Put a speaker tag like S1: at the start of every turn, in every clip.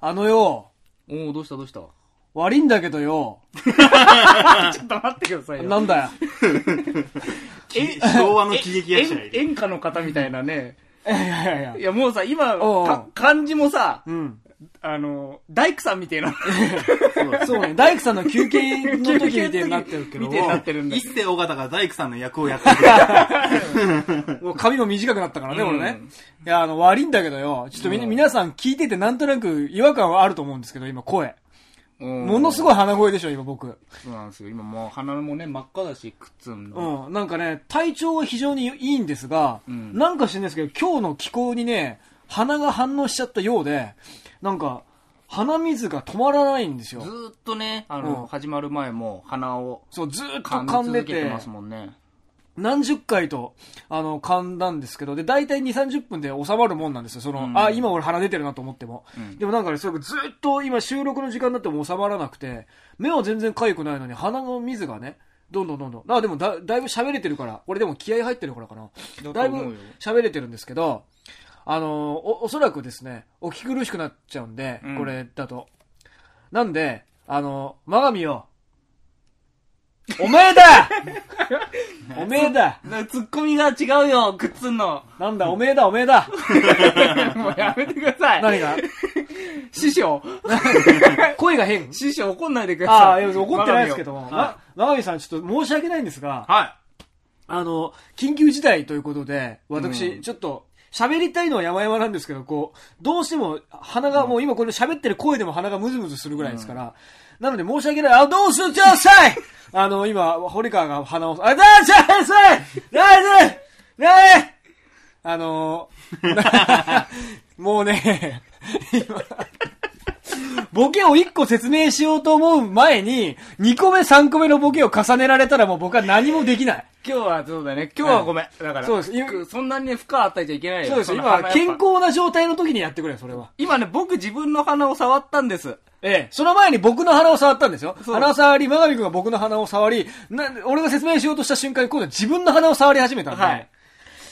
S1: あのよ、
S2: おおどうしたどうした
S1: 悪いんだけどよ。
S3: ちょっと待ってくださいよ。
S1: なんだよ。
S3: え
S4: 昭和の喜劇役者がい
S3: え
S4: る。
S3: 演歌の方みたいなね。
S1: いやいやいや
S3: い。や、もうさ、今、
S1: おう
S3: か漢字もさ、
S1: うん。
S3: あの、大工さんみたいな。
S1: そうね、大工さんの休憩の時みたいになってるけど
S3: みたいになってるんだ
S4: 一世尾形が大工さんの役をやってくれた。
S1: もう髪も短くなったからね、
S3: うん
S1: 俺ね。いや、あの、悪いんだけどよ。ちょっとみ、皆さん聞いててなんとなく違和感はあると思うんですけど、今声。も
S3: も
S1: のすごい鼻声でしょ、今僕。
S3: い。そうなんですよ。今もう鼻もね、真っ赤だし、靴も。
S1: うん。なんかね、体調は非常にいいんですが、
S3: ん
S1: なんか知んないですけど、今日の気候にね、鼻が反応しちゃったようで、なんか、鼻水が止まらないんです
S3: ず
S1: よ。
S3: ーっとね、あ
S1: うん
S3: の、始まる前も鼻を
S1: そう、ずーっと
S3: 噛
S1: 噛
S3: み
S1: んで
S3: 続けて
S1: て、
S3: ますもんね。
S1: 何十回と、あの、噛んだんですけど、で、大体2、30分で収まるもんなんですよ。その、
S3: うん
S1: あ、今俺鼻出てるなと思っても。
S3: うん
S1: でもなんかね、それがずっと今収録の時間になっても収まらなくて、目は全然痒くないのに鼻の水がね、どんどんどんどん。あ、でもだだいぶ喋れてるから、俺でも気合入ってるからかな。だ
S3: だと
S1: い
S3: 思う
S1: ぶ
S3: よ
S1: 喋れてるんですけど、あのお、おそらくですね、お聞き苦しくなっちゃうんで、
S3: うん
S1: これだと。なんで、あの、マガミよ。おめえだ おめえだ
S3: なツッコミが違うよ、靴 の。
S1: なんだ、おめえだ、おめえだ
S3: もうやめてください。
S1: 何が
S3: 師匠、
S1: 声が 変
S3: 師匠怒んないでくだ
S1: ああ、
S3: さ
S1: い
S3: い。
S1: や怒ってないですけども。
S3: 我が身を
S1: まマガミさん、ちょっと申し訳ないんですが、
S4: は
S1: あの、緊急事態ということで、私、
S3: うん
S1: ちょっと、喋りたいのは山々なんですけど、こう、どうしても鼻が、もう今これ喋ってる声でも鼻がムズムズするぐらいですから、なので申し訳ない。あ、どうするください あの、今、堀川が鼻を、あ、どうしください大丈夫大丈夫あの ー、もうね、今、ボケを1個説明しようと思う前に、2個目3個目のボケを重ねられたらもう僕は何もできない。
S3: 今日はそうだね、今日はごめん。だから、
S1: そうです今
S3: くそんなにね負荷与えちゃいけないよ。
S1: そうです。
S3: の
S1: 今
S3: 鼻、やっぱ
S1: 健康な状態の時にやってくれよ、それは。
S3: 今ね、僕自分の鼻を触ったんです。
S1: ええ。その前に僕の鼻を触ったんですよ。
S3: そう
S1: 鼻を触り、真上くんが僕の鼻を触り、な、俺が説明しようとした瞬間に今度は自分の鼻を触り始めたんで。
S3: はい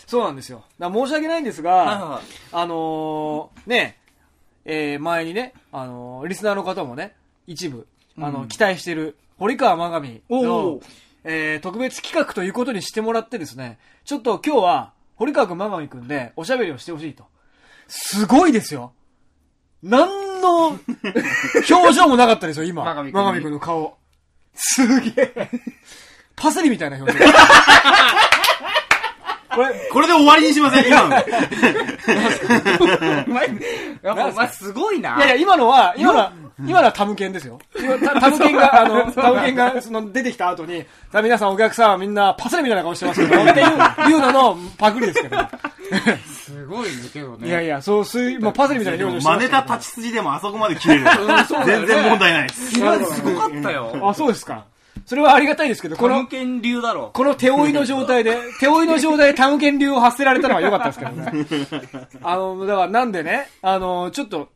S1: そうなんですよ。だから申し訳ないんですが、
S3: いはいはい
S1: あのーね、えー前にね、あのーリスナーの方もね、一部、あの、期待してる、堀川真上
S3: お
S1: の
S3: う、
S1: えー特別企画ということにしてもらってですね、ちょっと今日は、堀川くん、真上くんでおしゃべりをしてほしいと。すごいですよ何の表情もなかったですよ、今。真
S3: 真上くんに
S1: 上くんの顔。すげえ。パセリみたいな表情。これ、
S4: い。これで終わりにしません、今の。
S3: お前、やっぱお前すごいな。
S1: いやいや、今のは、今のは、今のはタムケンですよ。今タタムケンが、あの、タムケンが、その、出てきた後に、さあ皆さんお客さんはみんなパセリみたいな顔してますけど、っていう、いうののパクリですけど。
S3: すごいんだけど
S1: いやいや、そう、すい、まあ、パセリみたいな表情してま
S4: 真
S1: す
S4: 似
S1: けど
S4: た立ち筋でもあそこまで切れる。全然問題ないです。
S3: 今すごかったよ。
S1: あ、そうですか。それはありがたいですけど、こ
S3: この
S1: の、
S3: 犬流だろ。
S1: この手負いの状態 で、手負いの状態でタムケン流を発せられたのは良かったですけどね。あの、だからなんでね、あの、ちょっと、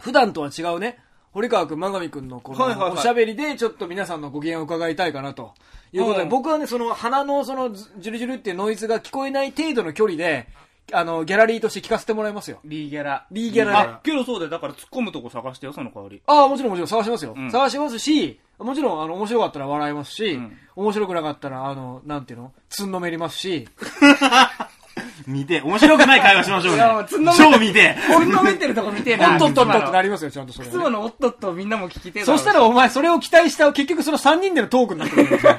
S1: 普段とは違うね、堀川くん、真上くんのこ
S3: はいはいは
S1: の
S3: い
S1: おしゃべりで、ちょっと皆さんのご機嫌を伺いたいかなと。いうことで、
S3: うん
S1: 僕はね、その鼻のそのずジュルジュルっていうノイズが聞こえない程度の距離で、あの、ギャラリーとして聞かせてもらいますよ。
S3: リーギャラ。
S1: リーギャラね
S3: あ、けどそうだよ。だから突っ込むとこ探してよ、その代わり。
S1: ああ、もちろんもちろん探しますよ。
S3: うん
S1: 探しますし、もちろん、あの、面白かったら笑いますし、
S3: ん
S1: 面白くなかったら、あの、なんていうのつんのめります し、
S4: 見て、面白くない会話しましょうね
S3: やもうつんの。め
S4: 超見て。
S3: ほんのめてるとこ見てえな。
S1: おっとっとっと
S3: 今の
S1: ってなりますよ、ちゃんとそれ
S3: い
S1: は
S3: つ
S1: ね、
S3: ものおっとっとみんなも聞きてえだろ
S1: そしたらお前、それを期待した、結局その3人でのトークになってくるんですよ。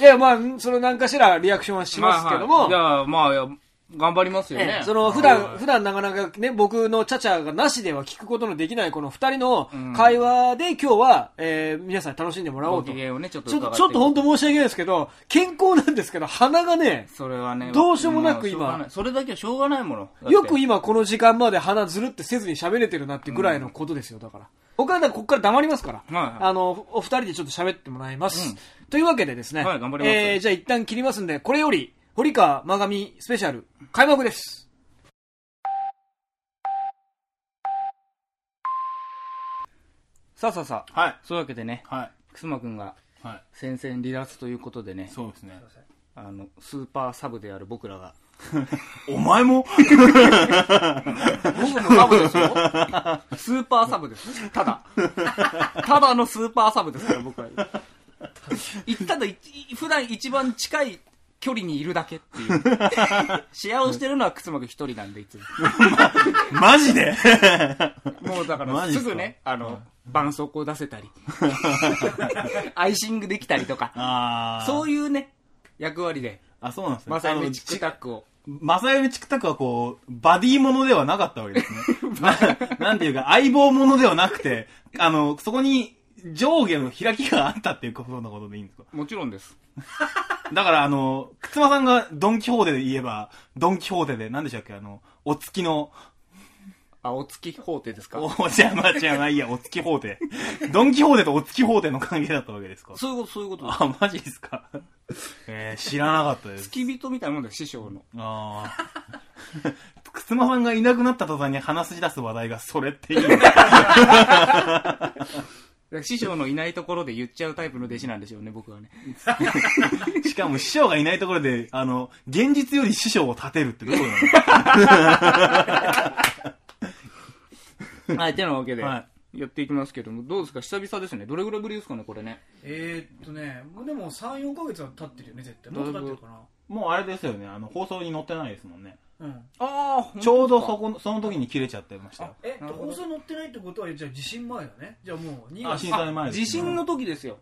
S1: いや、まあ、その何かしらリアクションはしますけども、
S3: まあはいいや、まあ、頑張りますよ
S1: え
S3: ね
S1: え。その普段、普段なかなかね、僕のチャチャがなしでは聞くことのできないこの二人の会話で今日は、えー皆さんに楽しんでもらお
S3: ご
S1: うと。
S3: 機
S1: ち
S3: 嫌をね、ちょっと
S1: ょ
S3: 伺
S1: っ
S3: って
S1: と、
S3: い
S1: ちょ
S3: く。
S1: っと本当申し訳ないですけど、健康なんですけど、鼻がね、
S3: それはね、
S1: どうしようもなく
S3: しょうが
S1: 今
S3: いそれだけはしょうがないもの。だって
S1: よく今この時間まで鼻ずるってせずに喋れてるなってぐらいのことですよ、だから。僕はだからここから黙りますから、
S3: はいはい
S1: あの、お二人でちょっと喋ってもらいます。というわけでですね、
S3: はい頑張ります
S1: えーじゃあ一旦切りますんで、これより、堀川真上スペシャル、開幕です。
S3: さあさあさあ。
S4: はい。
S3: そういうわけでね、
S4: はい。
S3: くすまくんが
S4: はい。
S3: 戦線離脱ということでね、
S4: そうですね。
S3: あの、スーパーサブである僕らが。
S4: お前も
S3: 僕もサブ ですよ。スーパーサブです。た だ。ただのスーパーサブですから、僕は。ただ、い普段一番近い距離にいるだけって いう。シェアをしてるのはくつまく一人なんで、いつも。
S4: マジで
S3: もうだか
S4: マ
S3: ら
S4: ジっす
S3: す
S4: か
S3: ぐね、あの、絆創膏出せ たり、アイシングできたりとか、
S4: ああ。
S3: そう
S4: いう。
S3: いうね、役割で、
S4: あ、そうなんですね。
S3: まさ
S4: あ
S3: に
S4: の
S3: チックタックを。
S4: マサヨミチクタクはこう、バディものではなかったわけですね。 ななんていうか、相棒ものではなくて、あの、そこに上下の開きがあったっていうことのことでいいんですか
S3: もちろんです。
S4: だからあの、くつまさんがドンキホーテで言えば、ドンキホーテで、なんでしたっけあの、お月の、
S3: あ、お月法廷ですか
S4: お、じゃあまあ、じゃあまあいいや、お月ホーテ。ドンキホーテとお月ホーテの関係だったわけですか
S3: そういうこと、そういうことです。
S4: あ、マジですかえー、知らなかったです。
S3: 付き人みたいなもんだよ、師匠の。
S4: ああ。 くつまさんがいなくなった途端に話し出す話題がそれっていい ね
S3: 師匠のいないところで言っちゃうタイプの弟子なんでしょうね、僕はね。
S4: しかも師匠がいないところで、あの、現実より師匠を立てるってどういうこ
S3: はい、てなわけで、
S4: は
S3: やっていきますけども、どうですか久々ですね。どれぐらいぶりですかね、これね。
S1: えーっとね、もうでも3、4ヶ月は経ってるよね、絶対。もっと経ってるか
S4: となのもうあれですよね、あの、放送に載ってないですもんね。
S1: な。うん。
S3: ああ、
S4: ちょうどそこの、その時に切れちゃってましたよ。
S1: えっ
S3: な
S1: と、
S3: るほど
S1: 放送載ってないってことは、じゃあ地震前だね。じゃあもう2
S4: あ、
S1: 月。
S4: 震災前ですね
S3: 地震の時ですよ。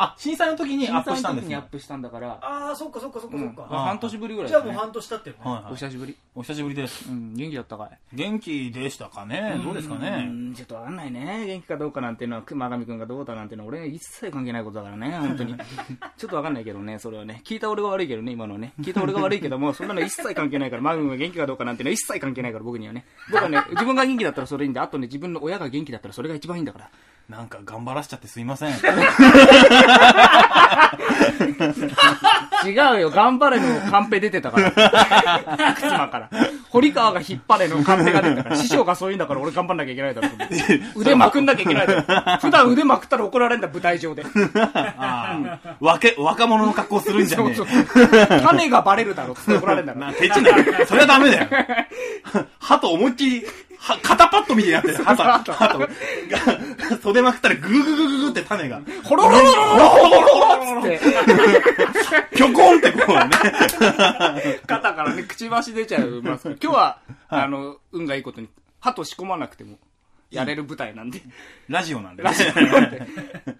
S4: あ、震災の時にアップしたん
S3: 震災の
S4: です
S3: 時にア
S4: ね
S3: ッ。プしたんだから、
S1: ああ、そっかそっかそっかそっ
S3: うん
S4: あ
S1: か。
S3: 半年ぶりぐらい
S1: じゃ
S3: で
S1: あ
S3: す
S1: もう
S3: ね。
S1: 半年経ってるね。
S4: はい
S3: お
S4: はい。
S3: 久しぶり。
S4: お久しぶりです。
S3: うん、元気だったかい。
S4: 元気でしたかねどうですか
S3: う
S4: ね
S3: ん、ちょっとわかんないね。元気かどうかなんていうのは、熊上くんがどうだなんていうのは、俺には一切関係ないことだからね、本当に。 ちょっとわかんないけどね、それはね。聞いた俺が悪いけどね、今のはね。聞いた俺が悪いけども、そんなの一切関係ないから、マグ君が元気かどうかなんていうのは一切関係ないから、僕にはね。僕はね、自分が元気だったらそれいいんだ。あとね、自分の親が元気だったらそれが一番いいんだから。
S4: なんか頑張らしちゃってすいませ
S3: 違
S4: ん。
S3: うよ、頑張れのカンペ出てたから。靴間から。堀川が引っ張れのカンペが出てたから。師匠がそういうんだから俺頑張んなきゃいけないだろうと思って。腕まくんなきゃいけないだろう。普段腕まくったら怒られるんだ、舞台上で。
S4: ああ。わけ、若者の格好するんじゃ
S3: そ
S4: ね
S3: う
S4: え
S3: そう。。種がバレるだろうって怒られるんだから
S4: な、てっちんだ よ。それはダメだよ。歯と思いっきり、は、肩パッドみたいに なってる。歯
S3: 肩
S4: と、歯と。が袖まくったらグーグーグーグーグーって種が、
S3: ほろろろろろろろっつって、
S4: ぴょこんってこうね。
S3: 肩からね、くちばし出ちゃいますから。今日は、あの、運がいいことに、歯と仕込まなくても、やれる舞台なんで。
S4: ラジオなんでね
S3: ラ。ジオなんで。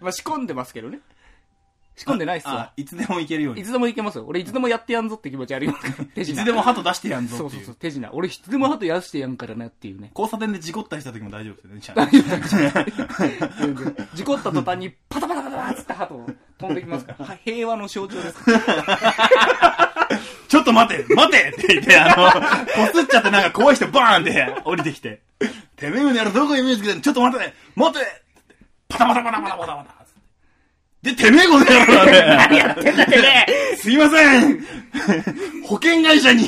S3: まあ、仕込んでますけどね。仕込んでないっすわ
S4: あ。、いつでもいけるように。
S3: い
S4: い
S3: つでもいけますよ。俺いつでもやってやんぞって気持ちありますから。手品
S4: つでも歯と出してやんぞ
S3: そ
S4: っ
S3: う
S4: て
S3: そう
S4: い
S3: そうう、。手品。俺いつでもあとやしてやんからなっていうね。
S4: 交差点で事故ったりした時も大丈夫ですよね、ちゃんと
S3: 全然事故った途端にパタパタパタパタっつって鳩飛んできますから。は平和の象徴です。
S4: ちょっと待て待てって言って、あの、こすっちゃってなんか怖い人バーンって降りてきて。てめえのやろどこに目つけてんのちょっと待て待てパタパタパタパタパタパタで、てめえこの野郎だね。何やってんだてめえすいません保険会社に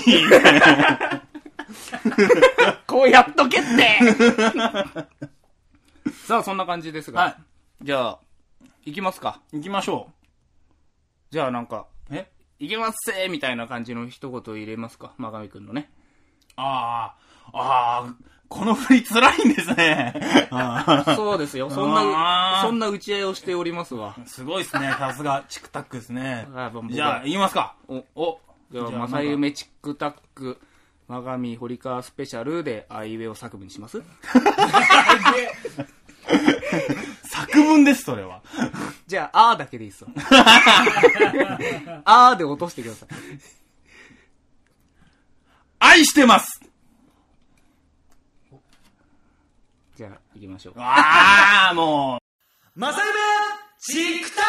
S3: こうやっとけって さあ、そんな感じですが。
S4: は
S3: じゃあ、行きますか。
S4: 行きましょ
S3: じゃあなんか、
S4: う。え
S3: 行きますせーみたいな感じの一言入れますか。真上くんのね。
S4: ああ、ああ、この振り辛いんですね。あー
S3: そうですよ。そん
S4: あ
S3: な、
S4: ー
S3: そんな打ち合いをしておりますわ。
S4: すごいですね。さすが、チクタックですね
S3: あ僕は。
S4: じゃあ、言いますか。
S3: お、
S4: お、
S3: じゃあ、
S4: じゃあ
S3: まさゆめチックタック、まがみ堀川スペシャルで、あいうえお作文にします
S4: 作文です、それは。
S3: じゃあ、あーだけでいいっ すよ。あーで落としてください。
S4: 愛してます
S3: じゃあ、行きましょう。
S4: ああ、も
S1: まさゆめチクタ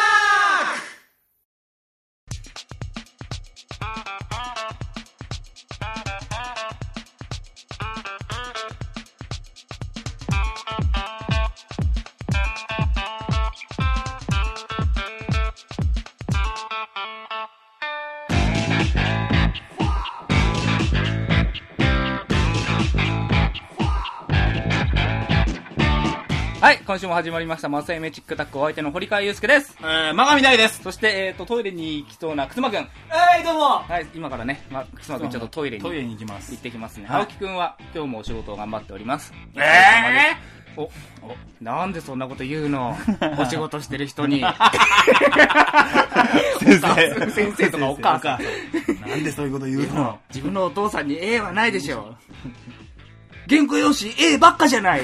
S3: はい、今週も始まりました、マサイメチックタックお相手の堀川祐介です。
S4: えー、真神大です。
S3: そして、えっ、と、トイレに行きそうなくつまくん。
S1: はい、どうも
S3: はい、今からね、ま、くつまくんちょっとトイレに
S4: トイレ
S3: 行
S4: に行きます
S3: っ。てきますね。
S4: はい
S3: 青木くんは今日もお仕事を頑張っております。
S4: え
S3: えお、お、なんでそんなこと言うのお仕事してる人に。
S4: 先
S3: お母さん先生とかお母さん
S4: ん。なんでそういうこと言うの
S3: 自分のお父さんに A はないでしょ。原稿用紙 A ばっかじゃ ない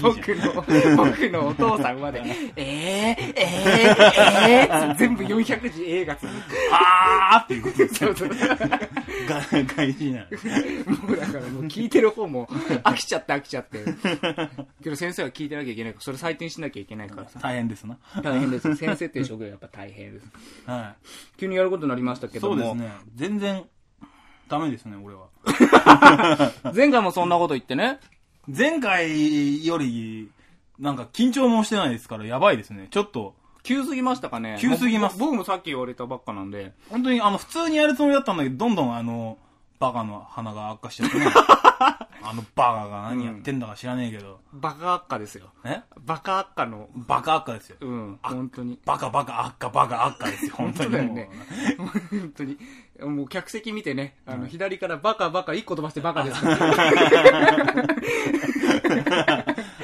S3: 僕の、僕のお父さんまで、えー、えー、えー、全部400字 A が続く。
S4: あーっていうことです。
S3: そうそう
S4: が、外人なの。
S3: もうだからもう聞いてる方も飽きちゃって飽きちゃって。けど先生は聞いてなきゃいけないから、それ採点しなきゃいけないからさ。
S4: 大変ですな。
S3: 大変です。先生っていう職業はやっぱ大変です。
S4: は
S3: 急にやることになりましたけ
S4: い。
S3: ど
S4: そ
S3: も。
S4: うですね。全然、ダメですね、俺は。
S3: 前回もそんなこと言ってね。
S4: 前回より、なんか緊張もしてないですから、やばいですね。ちょっと、
S3: 急すぎましたかね
S4: 急すぎます
S3: もう僕もさっき言われたばっかなんで。
S4: 本当にあの、普通にやるつもりだったんだけど、どんどんあの、バカの鼻が悪化しちゃっ てね。あのバカが何やってんだか知らねえけど。
S3: バカ悪化ですよ。
S4: え
S3: バカ悪化の。
S4: バカ悪化ですよ。
S3: うん、本当に。
S4: バカバカ悪化バカ悪化ですよ、本当
S3: 本当
S4: に
S3: だよ
S4: もう
S3: ね。本当に。もう客席見てね、あの、左からバカバカ、一個飛ばしてバカです。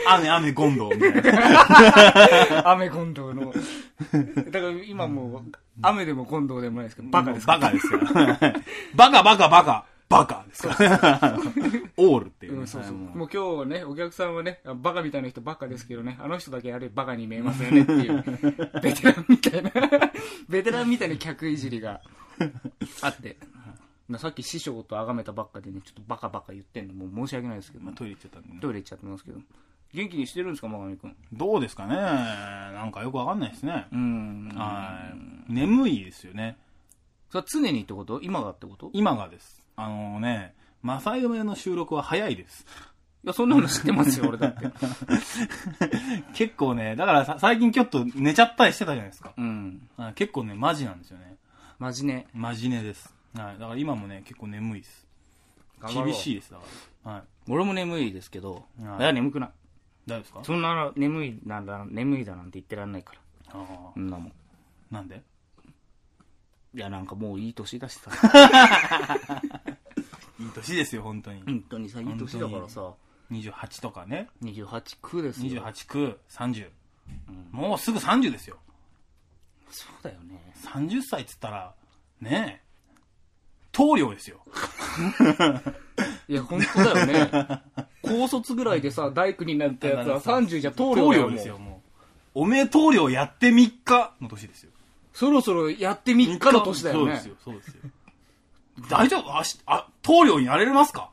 S4: 雨、雨、ゴンドウみたいな。
S3: 雨今度の。だから今もう、雨でも今度でもないですけど、バカですか
S4: バカですよ。バカバカバカ、バカです から。オールっていううね。
S3: ん、そうそう。
S4: もう
S3: もう今日はね、お客さんはね、バカみたいな人ばっかですけどね、あの人だけあれバカに見えますよねって いう、ベテランみたいな、 ベテランみたいな客いじりがあって、まあさっき師匠と崇めたばっかでね、ちょっとバカバカ言ってんの、もう申し訳ないですけど、
S4: まあトイレ行っちゃったんでね。
S3: トイレ行っちゃってますけど、元気にしてるんですか、真上くん。
S4: どうですかねなんかよくわかんないですね
S3: う。ん。
S4: はい。眠いですよね。
S3: それは常にってこと今がってことい
S4: 今がです。あのね、マサイウェイの収録は早いです。
S3: や、そんなの知ってますよ、俺だ って。
S4: 結構ね、だからさ最近ちょっと寝ちゃったりしてたじゃないですか。
S3: うん。
S4: あ結構ね、マジなんですよね。
S3: マジね。
S4: マジ寝です。はい。だから今もね、結構眠いです。厳
S3: 厳
S4: し
S3: し
S4: い
S3: い。
S4: です、だから。はい。
S3: 俺も眠いですけど、
S4: はい
S3: いや、眠くない。
S4: 大丈夫ですか
S3: そんな眠いなんだ眠いだなんて言ってらんないから
S4: あ
S3: そんなもん
S4: あ。なんで
S3: いやなんかもういい年だし さ
S4: いい年ですよ、本当に。
S3: 本当にさいい年だからさ
S4: 28とかね。
S3: 28区ですよ
S4: 28、9、30。もうすぐ30ですよ。
S3: そうだよね
S4: 30歳っつったら、ねえ、棟梁ですよ。
S3: いや本当だよね高卒ぐらいでさ大工になったやつは30じゃ棟梁だ
S4: 棟梁
S3: よ
S4: で
S3: も
S4: す
S3: う
S4: よ、もう。おめえ棟梁やって3日の年ですよ。
S3: そろそろやって3日の年だよ
S4: そうで
S3: ね
S4: すよ、そうですよ。大丈夫あし、あ、棟梁になれますか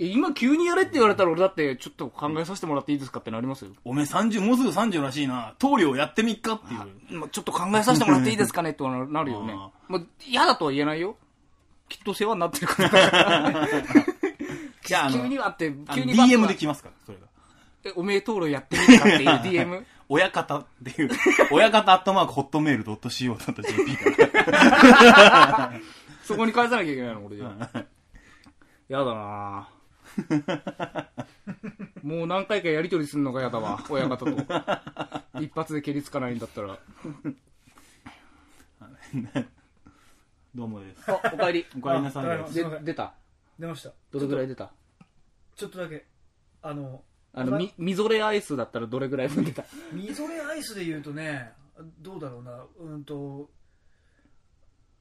S3: え今急にやれって言われたら俺だってちょっと考えさせてもらっていいですかってなりますよ
S4: おめえ30、もうすぐ30らしいな。棟梁やって3日っていう。
S3: まあちょっと考えさせてもらっていいですかねってななるよね
S4: あ。
S3: まあ嫌だとは言えないよ。きっと世話になってるからだ から。
S4: じゃああの
S3: 急にはって、
S4: あの
S3: 急にバッと
S4: DM で来ますから、それが。
S3: えおめえ登録やってみるかっていう DM。
S4: 親方っていう、 親方アットマークホットメール .co.jp から。
S3: そこに返さなきゃいけないの、俺じゃ。 やだなぁもう何回かやりとりするのがやだわ、親方と。一発で蹴りつかないんだったら。
S4: どうもです。
S3: あ、おかえり。
S4: おかえりなさい
S1: あただいま
S4: です
S1: い
S3: で
S1: ません
S3: 出た
S1: 出ました。
S3: どれぐらい出た
S1: ちょっとだけ、あの、
S3: あの、み、みぞれアイスだったらどれぐらい分出た
S1: みぞれアイスで言うとね、どうだろうな、うんと、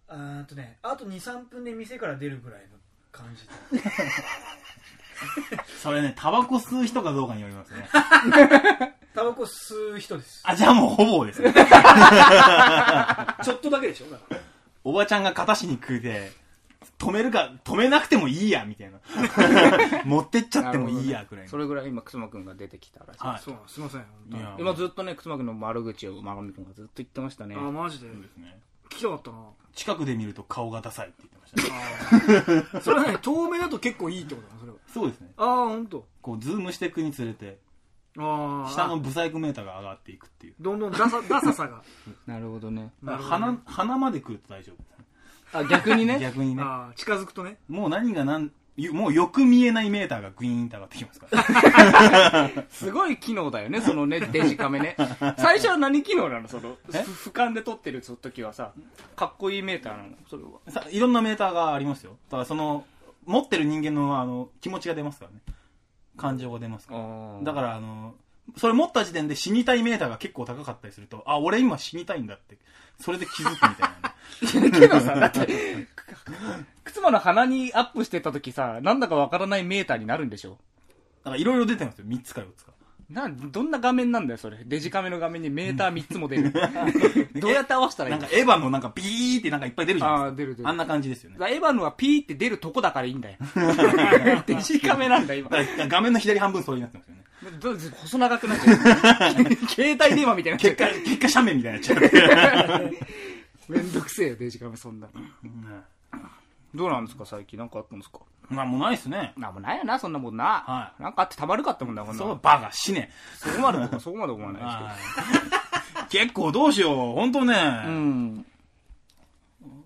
S1: あーっとね、あと2、3分で店から出るぐらいの感じ。
S4: それね、タバコ吸う人かどうかによりますね。
S1: タバコ吸う人です。
S4: あ、じゃあもうほぼですね。
S1: ちょっとだけでしょだから
S4: おばちゃんが片しに食うて、止めるか、止めなくてもいいや、みたいな。 持ってっちゃってもいいや、くらいの。
S3: それぐらい今、くつまくんが出てきたらしい。
S4: はい。
S1: そう、すいません。本当に
S4: いや
S3: 今ずっとね、くつまくんの丸口をまがみくんがずっと言ってましたね
S1: あ。ー、マジで。
S4: そうですね。
S1: 聞きたかった な。
S4: 近くで見ると顔がダサいって言ってましたね。
S1: それはね、透明だと結構いいってことだな、それは。
S4: そうですね。
S1: ああ、ほんと。
S4: こう、ズームしていくにつれて、
S1: ああ。
S4: 下のブサイクメーターが上がっていくっていう。
S1: どんどんダサ、ダサさが。
S3: なるほどね。
S1: なるほどね
S4: 鼻、鼻まで来ると大丈夫ですね
S3: あ、逆にね。
S4: 逆にね。
S1: ああ、近づくとね。
S4: もう何が何、ゆもうよく見えないメーターがグイーンと上がってきますから。
S3: すごい機能だよね、そのね、デジカメね。最初は何機能なのその、ふ俯瞰で撮ってる時はさ、かっこいいメーターなのそれは。
S4: さいろんなメーターがありますよ。ただその、持ってる人間のあの気持ちが出ますからね。感情が出ますから。だから、あの、それ持った時点で死にたいメーターが結構高かったりすると、あ、俺今死にたいんだって、それで気づくみたいなね。
S3: けどさ、だって、靴間の鼻にアップしてた時さ、なんだかわからないメーターになるんでしょ
S4: だからいろいろ出てますよ。3つか4つか。
S3: な、どんな画面なんだよ、それ。デジカメの画面にメーター3つも出 る。どうやって合わせたらい
S4: ないん
S3: の
S4: かエヴァのなんかビーってなんかいっぱい出るじゃない
S3: あー出る出
S4: です
S3: る
S4: か。あんな感じですよね。だ
S3: エヴァのはピーって出るとこだからいいん だよ。デジカメなんだ、今。
S4: から画面の左半分それになってますよね。
S3: どう細長くなっ ちゃう。携帯電話みたいになっちゃ
S4: 結
S3: う。
S4: 果、結果斜面みたいになっちゃって。
S3: めんどくせえよ、デジカメそんな。 どうなんですか、最近。なんかあったんですか
S4: まあもうないっすね。
S3: なんもないよな、そんなもんな。
S4: はい
S3: なんかあってたまるかったもんな、こんな
S4: そ
S3: の
S4: う、バカ、死ね。
S3: そこまで僕は、そこまで思わないですけど。
S4: はい結構どうしよう。本当ね、
S3: うん。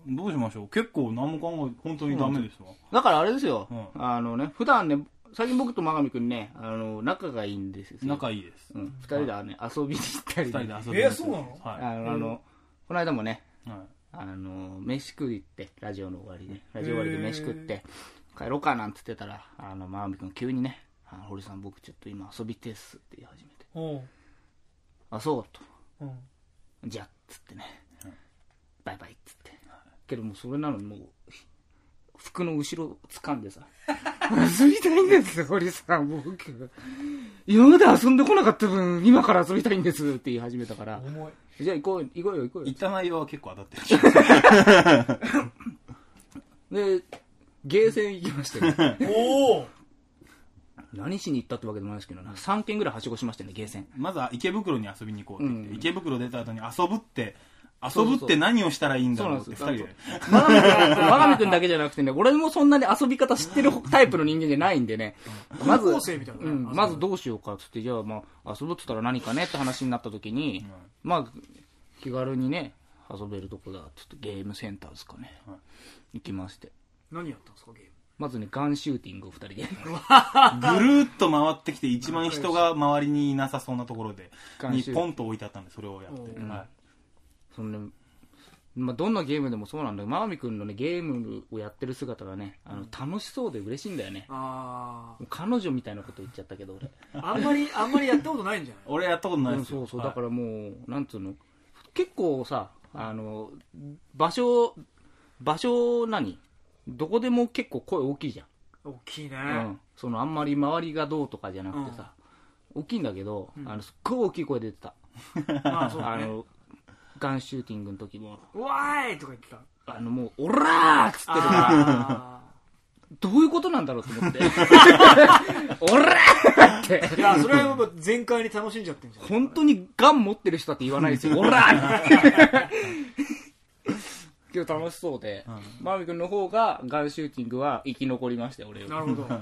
S4: どうしましょう。結構何も考え、本当にダメですわ。
S3: だからあれですよ。
S4: うん
S3: あのね、普段ね、最近僕と真上くんね、あの、仲がいいんですよ。
S4: 仲いいです。
S3: う
S4: 二
S3: ん。二人であのね、遊びに行ったりね、
S4: 人で遊びに
S1: えそうなの
S4: は
S3: あの、あの、この間もね、
S4: い。はい
S3: あの、飯食いって、ラジオの終わりで、ラジオ終わりで
S1: へー
S3: 飯食って、帰ろうかなんつってたら、あの、真上くん急にね、あの堀さん僕ちょっと今遊びてっすって言い始めて、
S1: うん。
S3: あ、そうと。
S1: うん。
S3: じゃっつってね、バイバイっつって、けどもうそれなのにもう服の後ろ掴んでさ遊びたいんです堀さん僕今まで遊んでこなかった分今から遊びたいんですって言い始めたから
S1: 重い。
S3: じゃあ行こうよ行こうよ行こうよ
S4: 言った内容は結構当たって る。
S3: でゲーセン行きまして、ね、
S1: おお
S3: 何しに行ったってわけでもないですけどな3軒ぐらいはしごしましたねゲーセン
S4: まずは池袋に遊びに行こうって言って、
S3: うん
S4: 池袋出た後に遊ぶって、遊
S3: そう
S4: ぶって何をしたらいいんだ
S3: そう
S4: ろ
S3: な
S4: うんっ
S3: です
S4: て
S3: よ
S4: 二人で。
S3: 真鍋君真鍋君だけじゃなくてね、俺もそんなに遊び方知ってるタイプの人間じゃないんでね、まず、
S1: 高校生みたいなね
S3: うんまずどうしようかっつって、じゃあまあ、遊ぶって言ったら何かねって話になった時に、まあ、気軽にね、遊べるとこだっつってゲームセンターですかね、
S4: は
S3: 行きまして。
S1: 何やったんですか、ゲーム。
S3: まずね、ガンシューティングを二人で。
S4: ぐるーっと回ってきて一番人が周りにいなさそうなところで
S3: 監
S4: に
S3: 修
S4: ポンと置いてあったんでそれをやって、
S1: うん
S4: はい
S3: そのね、まあ、どんなゲームでもそうなんだけど、真鍋君のね、ゲームをやってる姿がね、あの楽しそうで嬉しいんだよね。
S1: あ
S3: 彼女みたいなこと言っちゃったけど、俺。
S1: あ。あんまり、あんまりやったことないんじゃない
S4: 俺やったことない
S3: うん
S4: ですよ、
S3: そうそう、
S4: はい
S3: だからもう、なんつうの、結構さ、あの、場所、場所何どこでも結構声大きいじ
S1: 大きいね。
S3: ゃん。うん。そのあんまり周りがどうとかじゃなくてさ、大きいんだけど、あの、すっごい大きい声出てた。
S1: まあそうだ
S3: あ
S1: ね。
S3: の、ガンシューティングの時も、
S1: わーいとか言ってた。
S3: あの、もう、オラーっつってるから、
S1: あ
S3: どういうことなんだろうと思 って。オラーって。
S1: ーいや、それはやっぱ全開に楽しんじゃってんじゃん。
S3: 本当にガン持ってる人だって言わないですよ。おら 今日楽しそうで、マーミ君の方がガンシューティングは生き残りましたよ、俺より
S1: なるほど。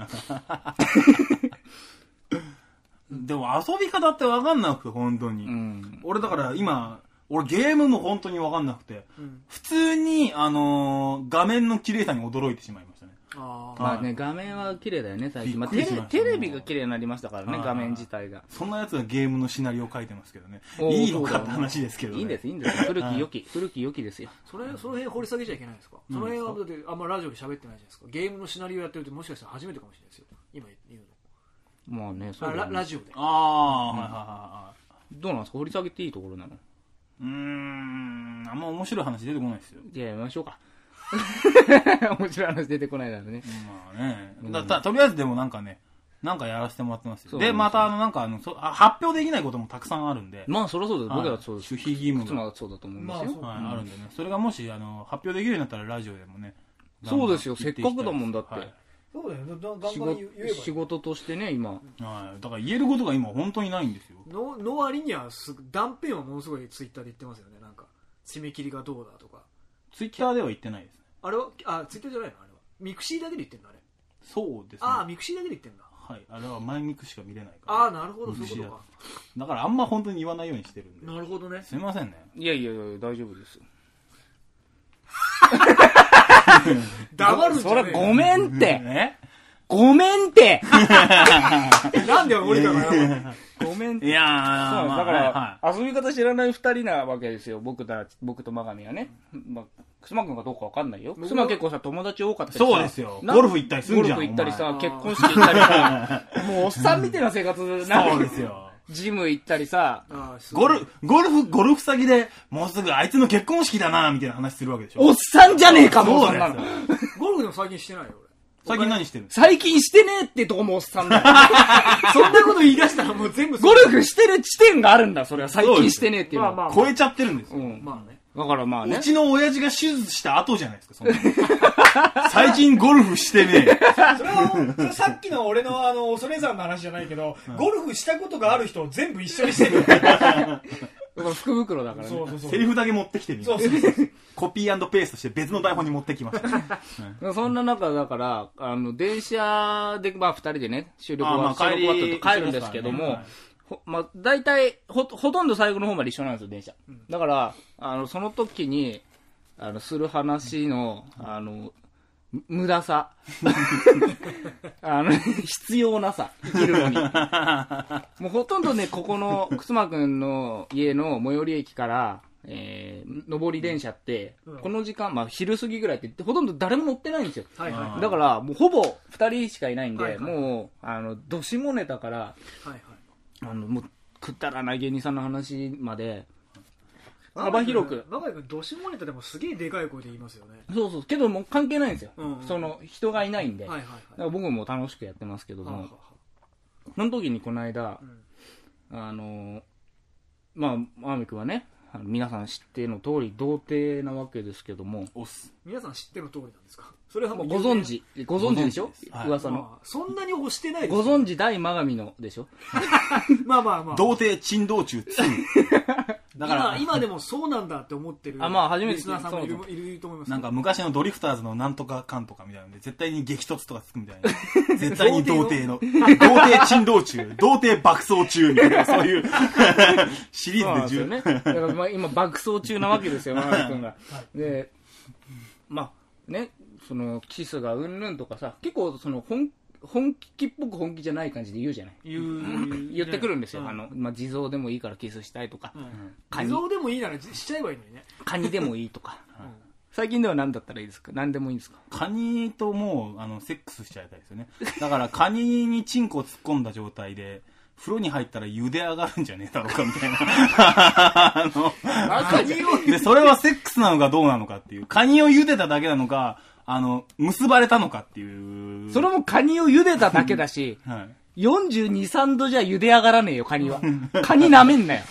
S4: でも遊び方って分かんなくて本当に、
S3: うん。
S4: 俺だから今俺ゲームも本当に分かんなくて、普通に、あのー画面の綺麗さに驚いてしまいましたね
S1: ああ。
S3: まあね、画面は綺麗だよね、最近。まあ、
S4: びっ
S3: テ
S4: くりし
S3: レ
S4: ました
S3: テレビが綺麗になりましたからね、
S4: はい
S3: 画面自体が。
S4: そんなやつがゲームのシナリオ書いてますけどね
S3: おー
S4: いいのか
S3: そう
S4: って
S3: だ
S4: 話ですけど、ね、
S3: いいんです、いいんです。古き良き、古き良きですよ。
S1: それ、その辺掘り下げちゃいけないんですかその辺はだってあんまラジオで喋ってないじゃないですか。ゲームのシナリオやってるってもしかしたら初めてかもしれないですよ。今言う
S3: まあね、そ
S1: の。
S3: う
S1: あ
S3: だ
S1: ラ
S3: ね
S1: ラジオで。
S4: ああ、はいはいはいはい
S3: どうなんですか掘り下げていいところなの
S4: うーんあんま面白い話出てこないですよ
S3: じゃあやめましょうか。 面白い話出てこないならね。
S4: まあね、だたとりあえずでもなんかね、なんかやらせてもらってます
S3: そ
S4: よ。
S3: うなんです
S4: で、
S3: よ
S4: またあの、なんかあのそあ、発表できないこともたくさんあるんで、
S3: まあ、そりゃそうだよ。僕らはそう
S4: はい
S3: です。
S4: 守秘義務
S3: 妻
S4: が、
S3: はそうだと思うんですよ。
S1: まあそう
S4: はいあるんでね、それがもしあの発表できるようになったら、ラジオでもね、
S3: そうですよ
S4: 頑張って言
S3: せ
S4: いきたい
S3: っかくだもんだって
S4: はい
S1: そうだよ。だガン
S3: 仕事仕事としてね、今。
S4: はいだから言えることが今、本当にないんですよ。
S1: のの割にはすぐ断片はものすごいツイッターで言ってますよねなんか締め切りがどうだとか
S4: ツイッターでは言ってないですね。
S1: あれはあツイッターじゃないのあれはミクシーだけで言ってるのあれ
S4: そうですね。
S1: ああミクシーだけで言ってんだ
S4: はい、あれは前ミクしか見れないから。
S1: ああなるほどそう
S4: ミクシ
S1: い
S4: ィ
S1: う
S4: だ
S1: ことか
S4: だからあんま本当に言わないようにしてるんで。
S1: なるほどね
S4: すいませんね。
S3: いやいやいや、大丈夫ですよ。
S1: 黙るんじゃ
S3: そ
S1: ね
S3: れ
S1: えよ
S3: ごめんって。
S4: ね
S3: ごめんって
S1: なんで森川が謝る
S3: ごめんって
S4: いや ー、
S3: そうなんです
S4: まあ
S3: だか
S4: は
S3: ら、遊び方知らない二人なわけですよ。僕だ、僕とマガミはね。まあ、くすまくんがどうかわかんないよ。くすま結構さ、友達多かったりさ
S4: そうですよ
S3: な
S4: ゴルフ行ったりすんじゃん
S3: ゴルフ行ったり
S1: お
S3: さ、
S1: 前
S3: 結婚式行ったりさ、もうおっさんみたいな生活な
S4: そうですよ。
S3: ジム行ったりさ、
S1: あーすご
S4: ゴ
S1: い
S4: ル、ゴルフ、ゴルフ先で、もうすぐあいつの結婚式だな、みたいな話するわけでしょ。
S3: おっさんじゃねえか、もう
S4: そ
S3: そ
S4: うんな
S3: なんの
S4: ですよ。
S1: ゴルフでも最近してないよ、俺。
S4: 最近何してるんです
S3: 最近してねえってとこもおっさんだよ。
S1: そんなこと言い出したらもう全部
S3: ゴルフしてる地点があるんだ、それは。最近してねえっていう
S1: ま
S3: の
S1: あ
S3: は。
S1: まあ。
S4: か超えちゃってるんです
S3: う
S4: よ。
S3: ん。
S1: まあね。
S3: だからまあ
S4: う
S3: ね。
S4: ちの親父が手術した後じゃないですか、そんなの 最近ゴルフしてね
S2: それはそれさっきの俺のあの恐山の話じゃないけど、ゴルフしたことがある人を全部一緒に してる
S3: だから福袋だからね
S2: そう。そう
S4: え。
S2: そう
S4: セリフだけ持ってきてみ
S2: そうそうそう
S4: コピーペーストして別の台本に持ってきました。
S3: そんな中、だから、あの、電車で、まあ、二人でね、収録
S4: あ
S3: は、
S4: まあ
S3: 収録終わった後
S4: 帰り
S3: 帰るんですけども、
S4: そうですからね
S3: ほまあ、大体、ほ、ほとんど最後の方まで一緒なんですよ、電車。だから、あの、その時に、あの、する話の、あの、む無駄さ。あの、必要なさ、生きるのに。もうほとんどね、ここの、くつまくんの家の最寄り駅から、えー、上り電車って、この時間、まあ、昼過ぎぐらいって、ほとんど誰も乗ってないんですよ。
S1: はいはい。はい
S3: だから、もうほぼ2人しかいないんで、
S1: はいはい
S3: もう、あの、どしもネタから、
S1: はい。
S3: あの、もう、くだらない芸人さんの話まで、幅広く。
S1: 長井君、どしもネタでもすげえでかい声で言いますよね。
S3: そうそう、けどもう関係ないんですよ。
S1: うんうん
S3: その、人がいないんで。
S1: はいはい
S3: だか
S1: はい。
S3: ら僕も楽しくやってますけど
S1: はあは
S3: も、その時にこの間、あの、まあ、アーミ君はね、あの皆さん知っての通り、童貞なわけですけども、
S4: おっす。
S1: 皆さん知ってる通りなんですかそれはも
S3: ご
S1: う
S3: 存知、ご存知でしょ
S4: ご存知ですはい
S3: 噂の。
S1: まあそんなに押してないです
S3: ご存知大間神のでしょ
S1: まあまあまあ。
S4: 童貞珍道中2。だから
S1: 今、、今でもそうなんだって思ってる。
S3: あまあ初めて
S1: リスナーさんもいる
S3: そう
S1: いるいると思いますよ。
S4: なんか昔のドリフターズのなんとかかんとかみたいなんで、絶対に激突とかつくみたいな。絶対に童貞の。童貞珍道中、童貞爆走中みたいな、そういう シリ
S3: そうなんで
S4: ー
S3: す
S4: ズで
S3: よ
S4: 十
S3: ね。だからまあ今爆走中なわけですよ、真鍋君が。で、まあね、そのキスがうんぬんとかさ、結構その本本気っぽく本気じゃない感じで言うじゃない。
S1: 言う
S3: 言ってくるんですよ。あの、まあ、地蔵でもいいからキスしたいとか、カ
S1: 地
S3: ニ、
S1: 蔵でもいいならしちゃえばいいのにね。
S3: カニでもいいとか。最近では何だったらいいですか何でもいいんですか
S4: カニともう、あの、セックスしちゃいたいですよね。だから、カニにチンコを突っ込んだ状態で、風呂に入ったら茹で上がるんじゃねえだろうかみたいな。あの、
S1: カニを
S4: で、それはセックスなのかどうなのかっていう。カニを茹でただけなのか、あの、結ばれたのかっていう。
S3: それもカニを茹でただけだし、
S4: はい。
S3: 42、3度じゃ茹で上がらねえよ、カニは。カニ舐めんなよ。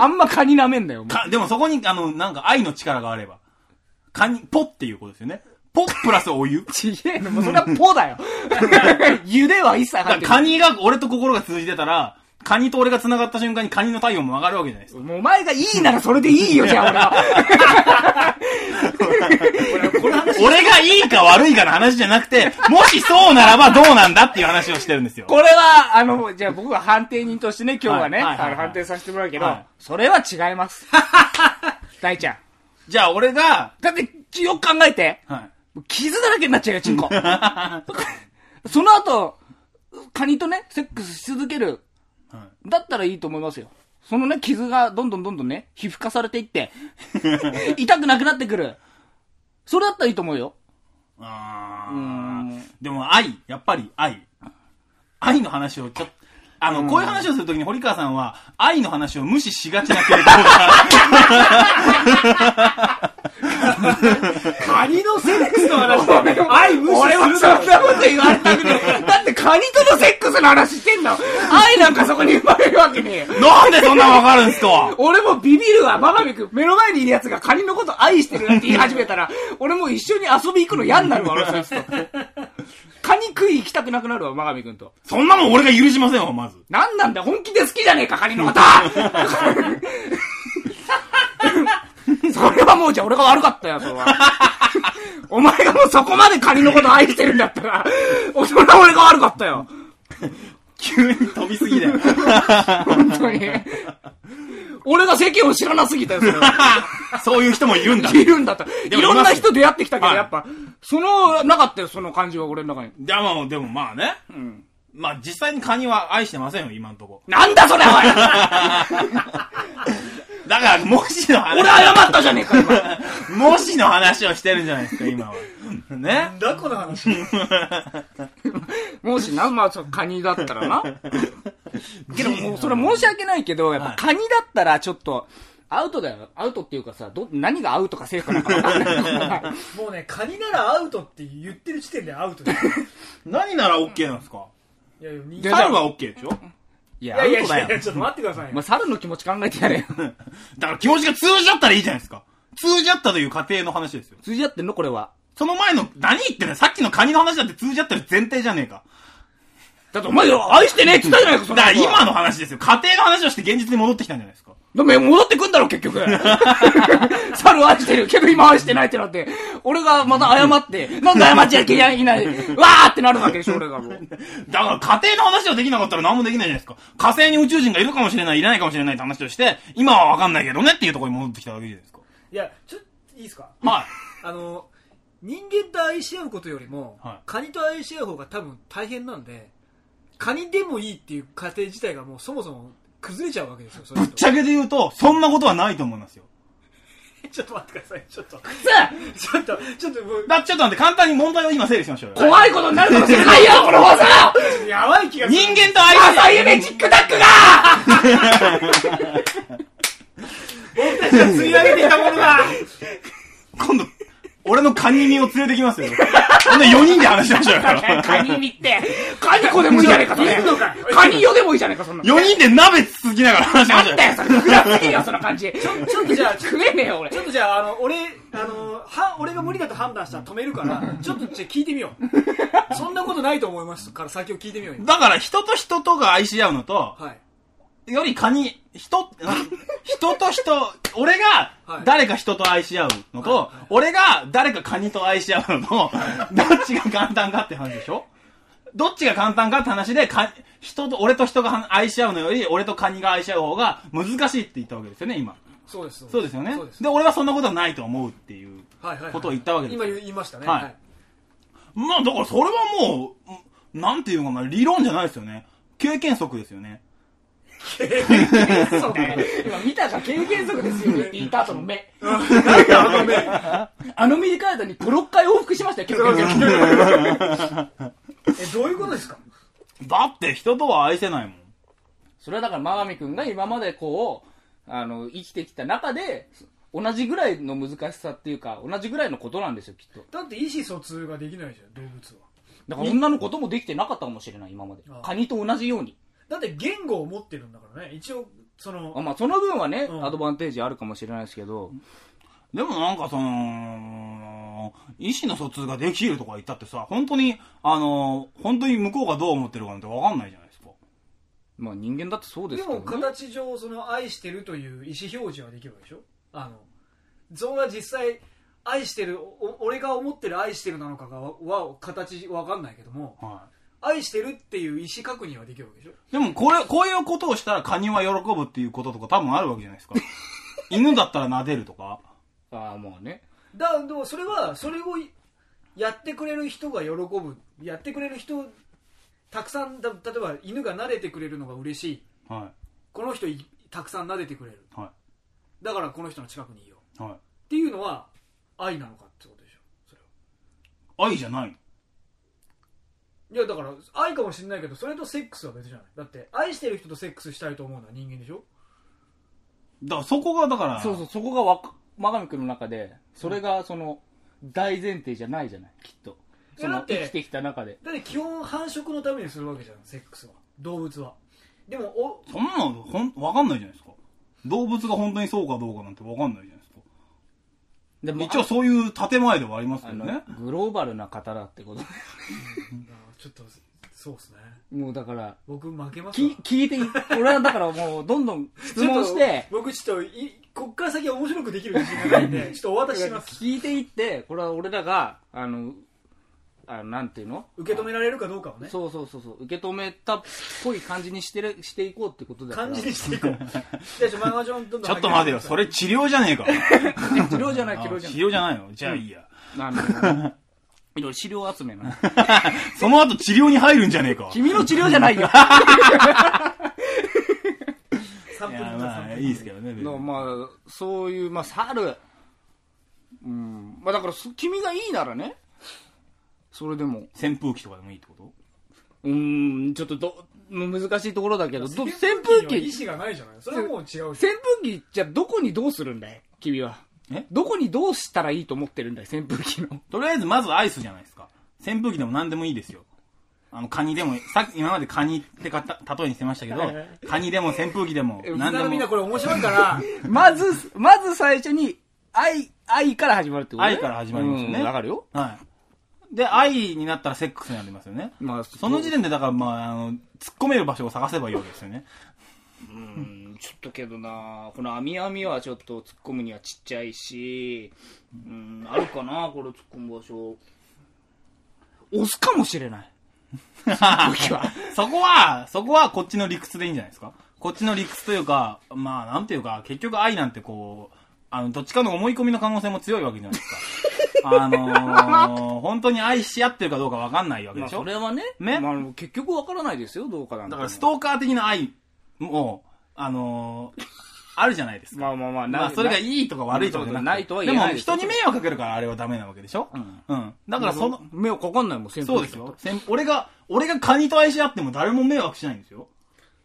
S3: あんまカニ舐めんなよ、お前
S4: か、でもそこに、あの、なんか愛の力があれば。カニ、ポっていうことですよね。ポプラスお湯。
S3: ちげえの、もうそれはポだよ。茹で は一切入ってな
S4: カニが、俺と心が通じてたら、カニと俺が繋がった瞬間にカニの体温も上がるわけじゃないですか。
S3: い。もうお前がいいならそれでいいよ、じゃあ俺は。
S4: 俺がいいか悪いかの話じゃなくて、もしそうならばどうなんだっていう話をしてるんですよ。
S3: これは、あの、じゃあ僕は判定人としてね、今日はね、
S4: はいはいはい
S3: あ
S4: はい
S3: の判定させてもらうけど、
S4: はい
S3: それは違います。大ちゃん。
S4: じゃあ俺が、
S3: だって、よく考えて、
S4: はい。
S3: 傷だらけになっちゃうよ、チンコ。 その後、カニとね、セックスし続ける。
S4: は
S3: だったらいいと思いますよ。そのね、傷がどんどんどんどんね、皮膚化されていって、 痛くなくなってくる。それだったらいいと思うよ。
S4: あ
S3: う
S4: ー
S3: ん
S4: でも愛、やっぱり愛。愛の話をちょっと、あの、こういう話をするときに堀川さんは、愛の話を無視しがちな 傾向が、
S1: カニのセックスの話だよね。愛無視す
S3: 俺
S1: る
S3: はそんなこと言われたくねえ。 だってカニとのセックスの話してんだ愛なんかそこに生まれるわけねえ。
S4: なんでそんなのわかるんすか
S3: 俺もビビるわ、バカミ君。目の前にいる奴がカニのこと愛してるなんて言い始めたら、俺もう一緒に遊び行くの嫌になるわ、俺そいつと。カニ食い行きたくなくなるわ、マガミ君と。
S4: そんなもん俺が許しませんわ、まず。
S3: なんなんだよ本気で好きじゃねえか、カニの方それはもうじゃあ俺が悪かったよ、それは。お前がもうそこまでカニのこと愛してるんだったら、おそれは俺が悪かったよ。
S4: 急に飛びすぎだよ。
S3: 本当に。俺が世間を知らなすぎたよ、それは。
S4: そういう人もいるんだ。
S3: いるんだった。い
S4: でも
S3: ろんな人出会ってきたけど、
S4: はい
S3: やっぱ、その、なかったよ、その感じは俺の中に。
S4: でも、でもまあね。まあ実際にカニは愛してませんよ、今んとこ。
S3: なんだそれ、お い
S4: だから、もしの話。
S3: 俺謝ったじゃねえか、今。
S4: もしの話をしてるんじゃないですか、今は。ね。
S1: だこの話。
S3: もしな、まあ、そうカニだったら な。けど、もう、それ申し訳ないけど、やっぱカニだったら、ちょっと、アウトだよ。アウトっていうかさ、ど、何がアウトかセーフかなんかわかんないから
S1: もうね、カニならアウトって言ってる時点でアウトだよ
S4: 何なら OK なんですか
S1: いやいや人
S3: で
S1: 間
S4: 猿は OK でしょ
S3: いや、
S1: いや
S3: アウ
S1: いや
S3: ト
S1: い
S3: だ
S1: やい
S3: よ。
S1: や、ちょっと待ってください
S3: まあ、
S1: よ。
S3: 猿の気持ち考えてや れよ。
S4: だから気持ちが通じ合ったらいいじゃないですか。通じ合ったという過程の話ですよ。
S3: 通じ合ってんのこれは。
S4: その前の、何言ってんのさっきのカニの話だって通じ合ったる前提じゃねえか。
S3: だってお前、愛してねえって言ったじゃないか、その
S4: だか
S3: 子
S4: ら
S3: は
S4: 今の話ですよ。家庭の話をして現実に戻ってきたんじゃないですか。
S3: でも戻ってくんだろ、結 局。猿愛してるけど今愛してないってなって、俺がまた謝って、なんで謝っちゃいけないない、わーってなるわけでしょ、俺がもう。
S4: だから家庭の話はできなかったら何もできないじゃないですか。火星に宇宙人がいるかもしれない、いらないかもしれないって話をして、今はわかんないけどねっていうところに戻ってきたわけじゃないですか。
S1: いや、ちょっといいですか
S4: はい。
S1: あの、人間と愛し合うことよりも
S4: はい、
S1: カニと愛し合う方が多分大変なんで、カニでもいいっていう過程自体がもうそもそも崩れちゃうわけですよ、それ
S4: ぶっちゃけで言うと、そんなことはないと思いますよ。
S1: ちょっと待ってください、ちょっと。
S3: つ
S1: ちょっと、ちょっともう、
S4: だ、ちょっと待って、簡単に問題を今整理しましょうよ。
S3: 怖いことになるかもしれないよ、この放送
S1: やばい気がする。
S4: 人間と愛し
S3: 朝夢チックタックが
S1: 僕たちが釣り上げてきたものが、
S4: 今度、俺のカニ身を連れてきますよ。ほんで4人で話しましょう よ。
S3: カニ見って、カニ子でもいいじゃねえか、それ
S1: いいのか。
S3: カニよでもいいじゃねえか、そんな。
S4: 4人で鍋つつきながら話しましょ
S3: だよ、それ。ふらすぎるよ、その感じ。
S1: ちょっとじゃあ、ちょ
S3: 食えねえよ、俺。
S1: ちょっとじゃあ、あの、俺、あの、は、俺が無理だと判断したら止める から、ちょっとじゃあ聞いてみよう。そんなことないと思いますから、先を聞いてみよう
S4: う。
S1: よ。
S4: だから人と人とが愛し合うのと、
S1: はい。
S4: よりカニ、人、人と人、俺が
S1: はい
S4: 誰か人と愛し合うのと、俺が誰かカニと愛し合うのと、どっちが簡単かって話でしょどっちが簡単かって話で、カニ人と、俺と人が愛し合うのより、俺とカニが愛し合う方が難しいって言ったわけですよね、今。
S1: そうです。
S4: そうですよね
S1: そうで。す。
S4: で、俺はそんなことはないと思うっていう。
S1: はいはいはい。
S4: ことを言ったわけです
S1: 今言いましたね。
S4: はい。まあ、だからそれはもう、んなんていうのかな、理論じゃないですよね。経験則ですよね。
S3: そうだよ今見たが経験則ですよ、言った後の目。あの目短い間に5、6回往復しましたよ、経験則。
S1: え、どういうことですか
S4: だって人とは愛せないもん。
S3: それはだから、真上くんが今までこう、あの、生きてきた中で、同じぐらいの難しさっていうか、同じぐらいのことなんですよ、きっと。
S1: だって意思疎通ができないじゃん、動物は。
S3: だから、女のこともできてなかったかもしれない、今まで
S1: あ。あ
S3: カニと同じように。
S1: だって言語を持ってるんだからね。一応、そ
S3: あ
S1: の、
S3: まあ、その分はね、
S1: うん
S3: アドバンテージあるかもしれないですけど、
S4: でもなんかその、意思の疎通ができるとか言ったってさ、本当に、あの、本当に向こうがどう思ってるかなんてわかんないじゃないですか。
S3: まあ、人間だってそうで
S1: です
S3: けど、
S1: も
S3: ね。
S1: 形上、その、愛してるという意思表示はできるわけでしょあの、ゾウが実際、愛してる、お俺が思ってる愛してるなのかがは、形わかんないけども、
S4: は
S1: 愛してるっていう意思確認はできるわけでしょ
S4: い。でもこれ、こういうことをしたらカニは喜ぶっていうこととか多分あるわけじゃない ですか。犬だったら撫でるとか。
S3: ああ、まあね。
S1: だでもそれはそれをやってくれる人が喜ぶやってくれる人たくさんだ例えば犬が撫でてくれるのが嬉しい
S4: は
S1: この人いたくさん撫でてくれる
S4: い。は
S1: だからこの人の近くにいよう
S4: い。はい。
S1: っていうのは愛なのかってことでしょそれは
S4: 愛じゃないの
S1: いやだから愛かもしれないけどそれとセックスは別じゃないだって愛してる人とセックスしたいと思うのは人間でしょ
S4: だからそこがだから、
S3: そうそう、そこがわか、真上くんの中で、それが、その、大前提じゃないじゃない、きっと。
S1: いや
S3: その
S1: だって
S3: 生きてきた中で。
S1: だって基本繁殖のためにするわけじゃんセックスは動物はでもお
S4: そんなのほん、わかんないじゃないですか。動物が本当にそうかどうかなんてわかんないじゃないですか。
S3: でも
S4: 一応そういう建前ではありますけ
S3: あ
S4: ど
S3: の、
S4: ね。
S3: グローバルな方だってこと。
S1: あちょっとそうっすね
S3: もうだから、
S1: 僕負けますわ
S3: き聞いてい、俺はだからもう、どんどん質
S1: ちょっ
S3: 問
S1: と
S3: して、
S1: 僕ちょっといこっから先面白くできる自信がないんでちょっとお渡しします
S3: 聞いていって、これは俺らが、あの、あのなんていうの
S2: 受け止められるかどうかをね
S3: そうそうそうそう受け止めたっぽい感じにしてるしていこうってことだから
S2: 感じにしていこうじゃあちょマージャンどんどん
S4: ちょっと待てよ、それ治療じゃねえか。
S3: 治療じゃない治
S4: 治
S3: 療じゃない
S4: 療じゃないのじゃあいいや。
S3: あのいろいろ資料集めなの
S4: その後治療に入るんじゃねえ か。
S3: 君の治療じゃないよ
S2: 3
S4: い
S2: 分
S4: や、
S2: だ
S4: まあ、いいですけどね。別 に
S3: のまあそういうまあ猿うんまあだからそ君がいいならねそれでも
S4: 扇風機とかでもいいってこと
S3: うーんちょっとど難しいところだけどど扇風
S2: 意
S3: 機
S2: 思がないじゃないそれはもう違う
S3: 扇
S2: し
S3: 風機じゃあどこにどうするんだい君は
S4: え
S3: どこにどうしたらいいと思ってるんだい扇風機 の
S4: とりあえずまずアイスじゃないですか。扇風機でも何でもいいですよ。あの、カニでも、さっき今までカニってかた例えにしてましたけど、カニでも扇風機でも
S2: み
S4: 何
S2: んな
S4: で
S2: のみんな
S4: も
S2: これ面白いから
S3: まずまず最初に愛愛から始まるってことね
S4: 愛から始まりますよね
S3: うんわかるよ
S4: はい。で、愛になったらセックスになりますよね。
S3: まあ
S4: その時点でだから、まあ、あの、突っ込める場所を探せばいいわけですよね。
S3: うんちょっとけどなこの網網はちょっと突っ込むにはちっちゃいし、うん、あるかなこれ突っ込む場所。押すかもしれない。
S4: そこは、そこはこっちの理屈でいいんじゃないですかこっちの理屈というか、まあ、なんていうか、結局愛なんてこう、あの、どっちかの思い込みの可能性も強いわけじゃないですか。 あのー、本当に愛し合ってるかどうかわかんないわけ
S3: まあ、
S4: でしょ、
S3: それはね、
S4: ね
S3: まああの、結局わからないですよ、どうかなんて
S4: だからストーカー的な愛も、あのー、あるじゃないですか。
S3: まあまあまあ、
S4: まあ、それが
S3: い。
S4: いいとか悪いとかじゃくて
S3: ないとは言えない
S4: で
S3: です
S4: も、人に迷惑かけるからあれはダメなわけでしょ
S3: ん
S4: うん。だから、その、
S3: 目をかかんないもん、扇風機
S4: そうです
S3: だ
S4: よ
S3: と。
S4: 先俺が、俺がカニと愛し合っても誰も迷惑しないんですよ。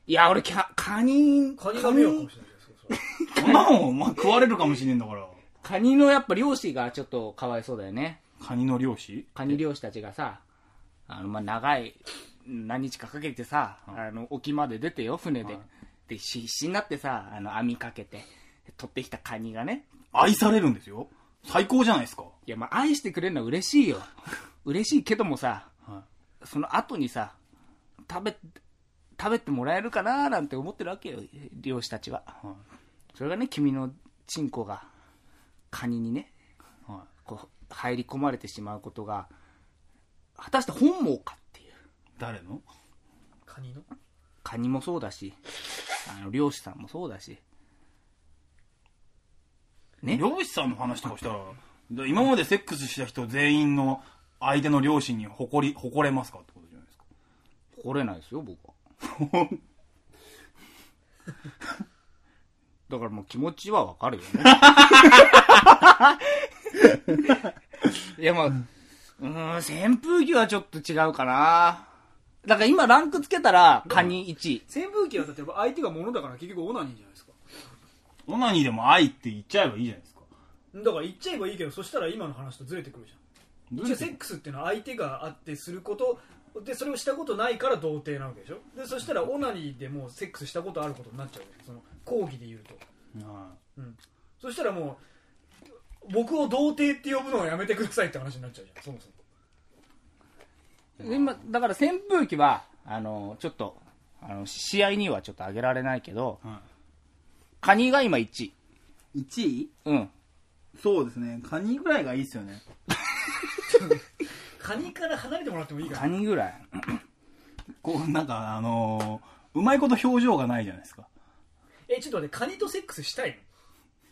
S3: いや、俺、キャカニ、
S2: カニが迷惑かもしれないですよそれ
S4: そんなもん、お前食われるかもしれんだから。
S3: カニのやっぱ漁師がちょっとかわいそうだよね。
S4: カニの漁師
S3: カニ漁師たちがさ、あの、まあ、長い、何日かかけてさ、あの、沖まで出てよ、船で。で、必死になってさ、あの、網かけて、取ってきたカニがね、
S4: 愛されるんですよ。最高じゃないですか。
S3: いや、まあ、愛してくれるのは嬉しいよ。嬉しいけどもさ、
S4: は
S3: その後にさ、食べ、食べてもらえるかななんて思ってるわけよ、漁師たちは。
S4: は
S3: それがね、君のチンコが、カニにね、
S4: い。は
S3: こう、入り込まれてしまうことが、果たして本望かっていう。
S4: い。誰の
S2: カニの
S3: カニもそうだし、あの、漁師さんもそうだし。ね
S4: 漁師さんの話とかしたら、で今までセックスした人全員の相手の漁師に誇り、誇れますかってことじゃないですか。
S3: 誇れないですよ、僕は。 だからもう気持ちはわかるよね。いやまあ、うーん、扇風機はちょっと違うかな。だから今ランクつけたら、カニ1位。
S2: 扇風機はだって相手が物だから結局オナニーじゃないですか
S4: オナニーでも愛って言っちゃえばいいじゃないですか。
S2: だから言っちゃえばいいけどそしたら今の話とずれてくるじゃん一応セックスっていうのは相手があってすることでそれをしたことないから童貞なわけでしょでそしたらオナニーでもうセックスしたことあることになっちゃうよその講義で言うと、
S4: は
S2: うん、そしたらもう僕を童貞って呼ぶのはやめてくださいって話になっちゃうじゃんそもそも
S3: 今、だから扇風機は、あの、ちょっと、あの、試合にはちょっと上げられないけど、
S4: いは
S3: カニが今1位。
S4: い、1位
S3: うん。
S4: そうですね。カニぐらいがいいですよね。
S2: カニから離れてもらってもいいか
S3: カ
S2: ら
S3: ニぐらい。
S4: こう、なんか、あのーうまいこと表情がないじゃないですか。
S2: えちょっと待ってカニとセックスしたい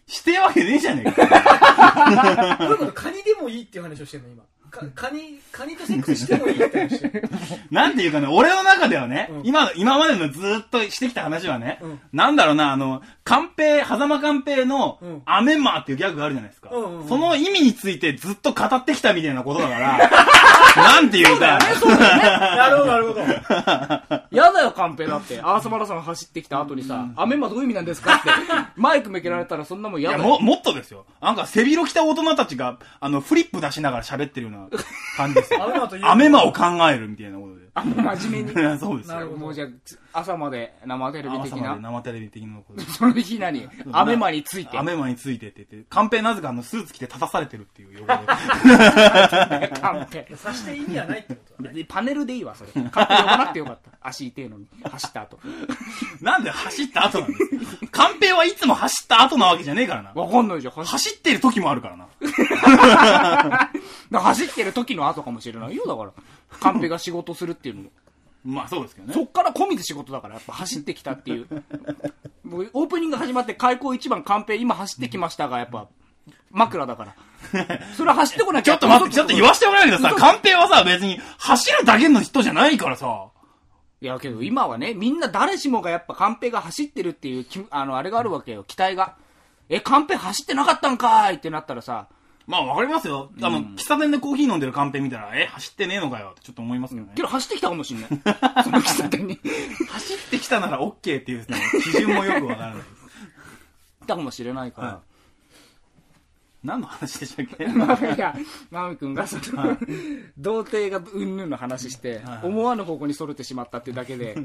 S4: してるわけねえじゃねえか。
S2: のどういうことカニでもいいっていう話をしてるの今かカニカニとセックスしてもいいって話してる
S4: なんていうかね、俺の中ではね、
S2: うん
S4: 今の、今までのずーっとしてきた話はね、
S2: うん
S4: なんだろうな、あの、寛平、狭間寛平
S2: う
S4: の
S2: ん、
S4: アメンマーっていうギャグがあるじゃないですか。
S2: うんうんうん
S4: その意味についてずっと語ってきたみたいなことだ から、なんていうか、
S2: なるほどなるほど
S3: やだよ、カンペだって。アースマラソン走ってきた後にさ、アメンマどういう意味なんです かって、マイク向けられたらそんなもん
S4: い
S3: や
S4: や、
S3: だ
S4: も、
S3: よ。
S4: もっとですよ。なんか、背広着た大人たちが、あの、フリップ出しながら喋ってるような感じで すよ。
S2: アメマという
S4: アメマを考えるみたいなことで。
S3: あ、もう真面目 に。
S4: そうです
S2: なる
S4: よ。
S2: ほど
S3: もうじゃあ、朝まで生テレビ的
S4: 朝まで
S3: な。
S4: 生テレビ的なことで。
S3: その日何アベマについて
S4: ア。メマについてって言って、カンペなぜかあの、スーツ着て立たされてるっていう横で。
S3: カンペ。
S2: さしていい意味はないってことだね
S3: 別にパネルでいいわ、それ。勝手に呼ばなくてよかった。足痛いのに、走った後。
S4: なんで走った後なんですかカンペはいつも走った後なわけじゃねえからな。
S3: わかんないじゃん、走っ
S4: 走ってる時もあるからな。
S3: だから走ってる時の後かもしれないよ、だから。カンペが仕事するっていうのも。
S4: まあそうですけどね。
S3: そっから込みで仕事だから、やっぱ走ってきたっていう。もうオープニング始まって開口一番カンペ、今走ってきましたが、やっぱ、枕だから。それは走ってこなき
S4: ち
S3: ゃ
S4: ょっと待って、ちょっと言わしてもらえるけどさ、
S3: 嘘
S4: カンペはさ、別に走るだけの人じゃないからさ。
S3: いや、けど今はね、みんな誰しもがやっぱカンペが走ってるっていうき、あの、あれがあるわけよ、期待が。え、カンペ走ってなかったんかーいってなったらさ、
S4: まあわかりますよ。あの、喫茶店でコーヒー飲んでるカンペ見たら、え、走ってねえのかよってちょっと思いますけどね
S3: け。ど走ってきたかもしんない。その喫茶店に。
S4: 走ってきたなら OK っていうその基準もよくわからない。
S3: 来たかもしれないから。
S4: は 何の話でしたっけ
S3: まあいや、まみくんがその、童貞がうんぬんの話して、思わぬ方向にそれてしまったっていうだけで、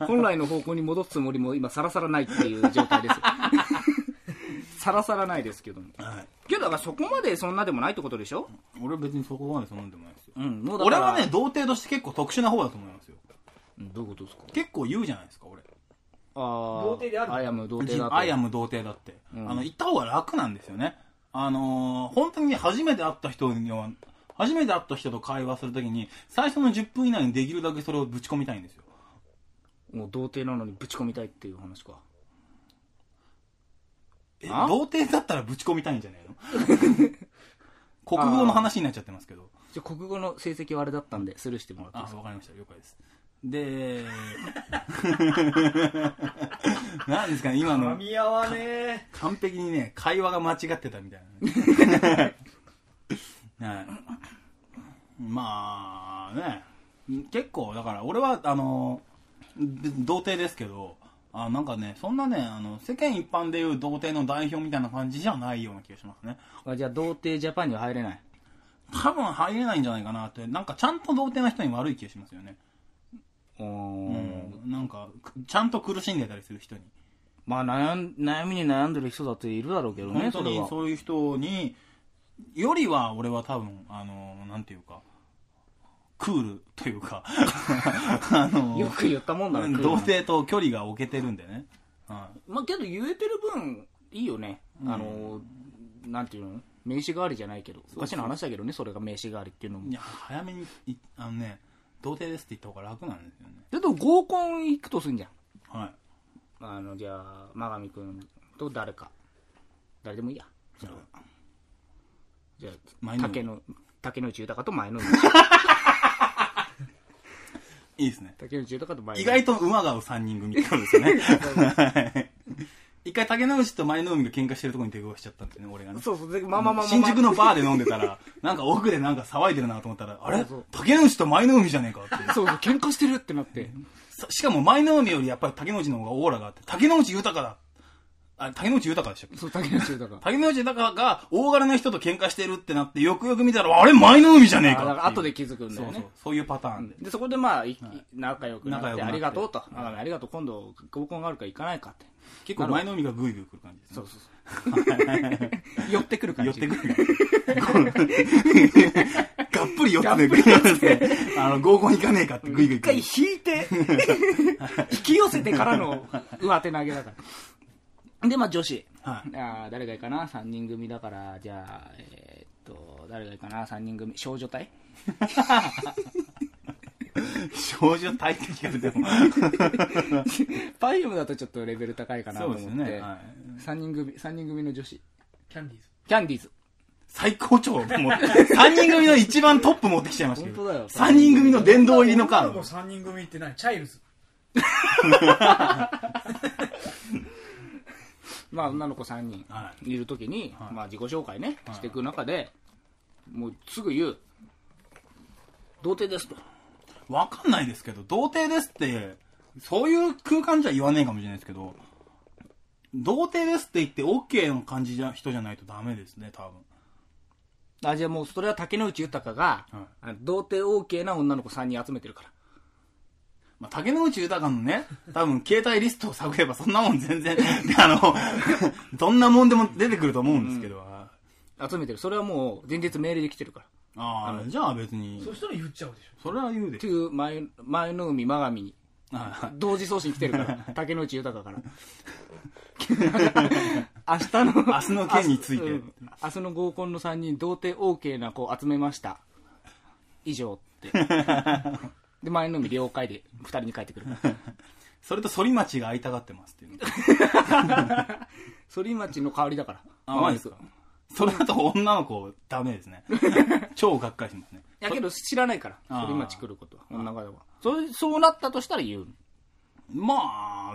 S3: 本来の方向に戻すつもりも今さらさらないっていう状態ですよ。さらさらないですけども。
S4: はい
S3: けどだからそこまでそんなでもないってことでしょ
S4: 俺は別にそこまでそんなんでもないですよ。
S3: うん、もうだか
S4: 俺
S3: ら。
S4: はね、、童貞として結構特殊な方だと思いますよ。
S3: どういうことですか
S4: 結構言うじゃないですか、俺。
S3: あ童
S2: 童貞である
S3: アイアム童貞だと。
S4: アイアム童貞だって、あの言った方が楽なんですよねあのー本当に初めて会った人には初めて会った人と会話するときに最初の10分以内にできるだけそれをぶち込みたいんですよ
S3: もう童貞なのにぶち込みたいっていう話か。
S4: え
S3: あ
S4: 童貞だったらぶち込みたいんじゃないの 国語の話になっちゃってますけど
S3: じゃあ国語の成績はあれだったんで、スルーしてもらっていい
S4: あ
S3: ですか
S4: わかりました了解ですで なんですかね今
S2: 噛
S4: の
S2: み合わね
S4: 完璧にね会話が間違ってたみたい なねはいまあね結構だから俺はあの別に童貞ですけどあなんかねそんなねあの世間一般でいう童貞の代表みたいな感じじゃないような気がしますね
S3: あじゃあ童貞ジャパンには入れない。
S4: 多分入れないんじゃないかなってなんかちゃんと童貞な人に悪い気がしますよね
S3: うー。
S4: うんんなんかくちゃんと苦しんでたりする人に
S3: まあ悩ん悩みに悩んでる人だっているだろうけどね、
S4: 本当
S3: それ
S4: に
S3: は。
S4: そういう人によりは俺は多分あのなんていうかクールというか あの
S3: よく言ったもんだな、
S4: 童貞と距離が置けてるんでね、はい
S3: まあけど言えてる分、いいよね。あの、なんていうの名刺代わりじゃないけど。おかしな話だけどね、それが名刺代わりっていうのも
S4: いや。早めにいあのね童貞ですって言った方が楽なんですよね
S3: けど合コン行くとすんじゃん。
S4: はい
S3: あの、じゃあ、真上くんと誰か。誰でもいいや。それはじゃ
S4: 前
S3: あ、
S4: の
S3: 竹の、竹野内豊と前 の内。
S4: いいですね
S3: 竹野内豊と前の内。
S4: 意外と馬が合う3人組ってことです よねはい一回竹之内と前の海が喧嘩してるところに手をしちゃったんですよね俺がね
S3: そうそう、でまあまあまあまあ
S4: 新
S3: まあ
S4: 宿のバーで飲んでた ら、なんか奥でなんか騒いでるなと思ったら、あれ
S3: そう
S4: 竹之内と舞の海じゃねえか っていう。
S3: そうそう、喧嘩してるってなって。
S4: さしかも舞の海よりやっぱり竹之内の方がオーラがあって、竹之内豊だ。あ、竹之内豊でしたっけ
S3: そう、竹野内 豊。
S4: 竹之内豊が大柄な人と喧嘩してるってなって、よくよく見たら、あれ舞の海じゃねえ
S3: あ
S4: か
S3: だ
S4: ってい
S3: か
S4: う
S3: ら後で気づくんだ
S4: そ
S3: よ
S4: うそう
S3: ね。。
S4: そういうパターンで。
S3: で、そこでまあ、い仲良くなっ
S4: 仲良
S3: て、
S4: くなって
S3: ありがとうと。あありがとう、今度合コンがあるから行かないかって。
S4: 結構舞の海がグイグイ来る感じですね。
S3: そうそうそう。 寄ってくる感
S4: 寄っ
S3: じ。
S4: てくる。 がっぷり寄ってくる。あの、合コン行かねえかってグイグイ
S3: 一
S4: 来
S3: 回
S4: る。
S3: 引い て、引き寄せてからの上手投げだから。で、まあ女子。
S4: はい
S3: あー誰がいいかな ?3 人組だから、じゃあ、えーっと、誰がいいかな ?3 人組。少女 隊
S4: 少女体的がでも。
S3: パーフュームだとちょっとレベル高いかなと思って。
S4: そうですねはい
S3: 3人組、三人組の女子。
S2: キャンディーズ
S3: キャンディーズ。
S4: 最高潮を持って、3人組の一番トップ持ってきちゃいましたけ
S3: 本当だ
S4: ど、
S3: よ
S4: 3人組の殿堂入りのカ
S2: 女の子
S4: ー
S2: 3人組って何チャイルズ
S3: まあ、女の子3人
S4: はい
S3: るときに、まあ、自己紹介ね、していく中で、もうすぐ言う、童貞ですと。
S4: ド。わかんないですけど、童貞ですって、そういう空間じゃ言わねえかもしれないですけど、童貞ですって言って OK の感じじゃ人じゃないとダメですね、多分。
S3: あ、じゃあもう、それは竹野内豊が、
S4: はい
S3: あの童貞 OK な女の子3人集めてるから。
S4: まあ、竹之内豊のね、多分携帯リストを探ればそんなもん全然、であの、 どんなもんでも出てくると思うんですけど、
S3: 集めてる。それはもう、前日メールで来てるから。
S4: ああ、じゃあ別に
S1: そ。したら言っちゃうでしょ
S4: それは言うで
S3: って。いう前、前の海、真上に、
S4: はい
S3: 同時送信来てる から、竹野内豊から。 明日の、
S4: 明日の件について
S3: 明日うん明日の合コンの3人、童貞 OK な子集めました。以上って。で、前の海了解で、2人に帰ってくるから。
S4: それと反町が会いたがってますっていうの。
S3: 反町の代わりだから。
S4: あマジですかそれだと女の子ダメです ね。超がっかりしますね。
S3: やけど知らないから、
S4: あー
S3: 反町来ることは、女の子は。そう、そうなったとしたら言うの。
S4: ま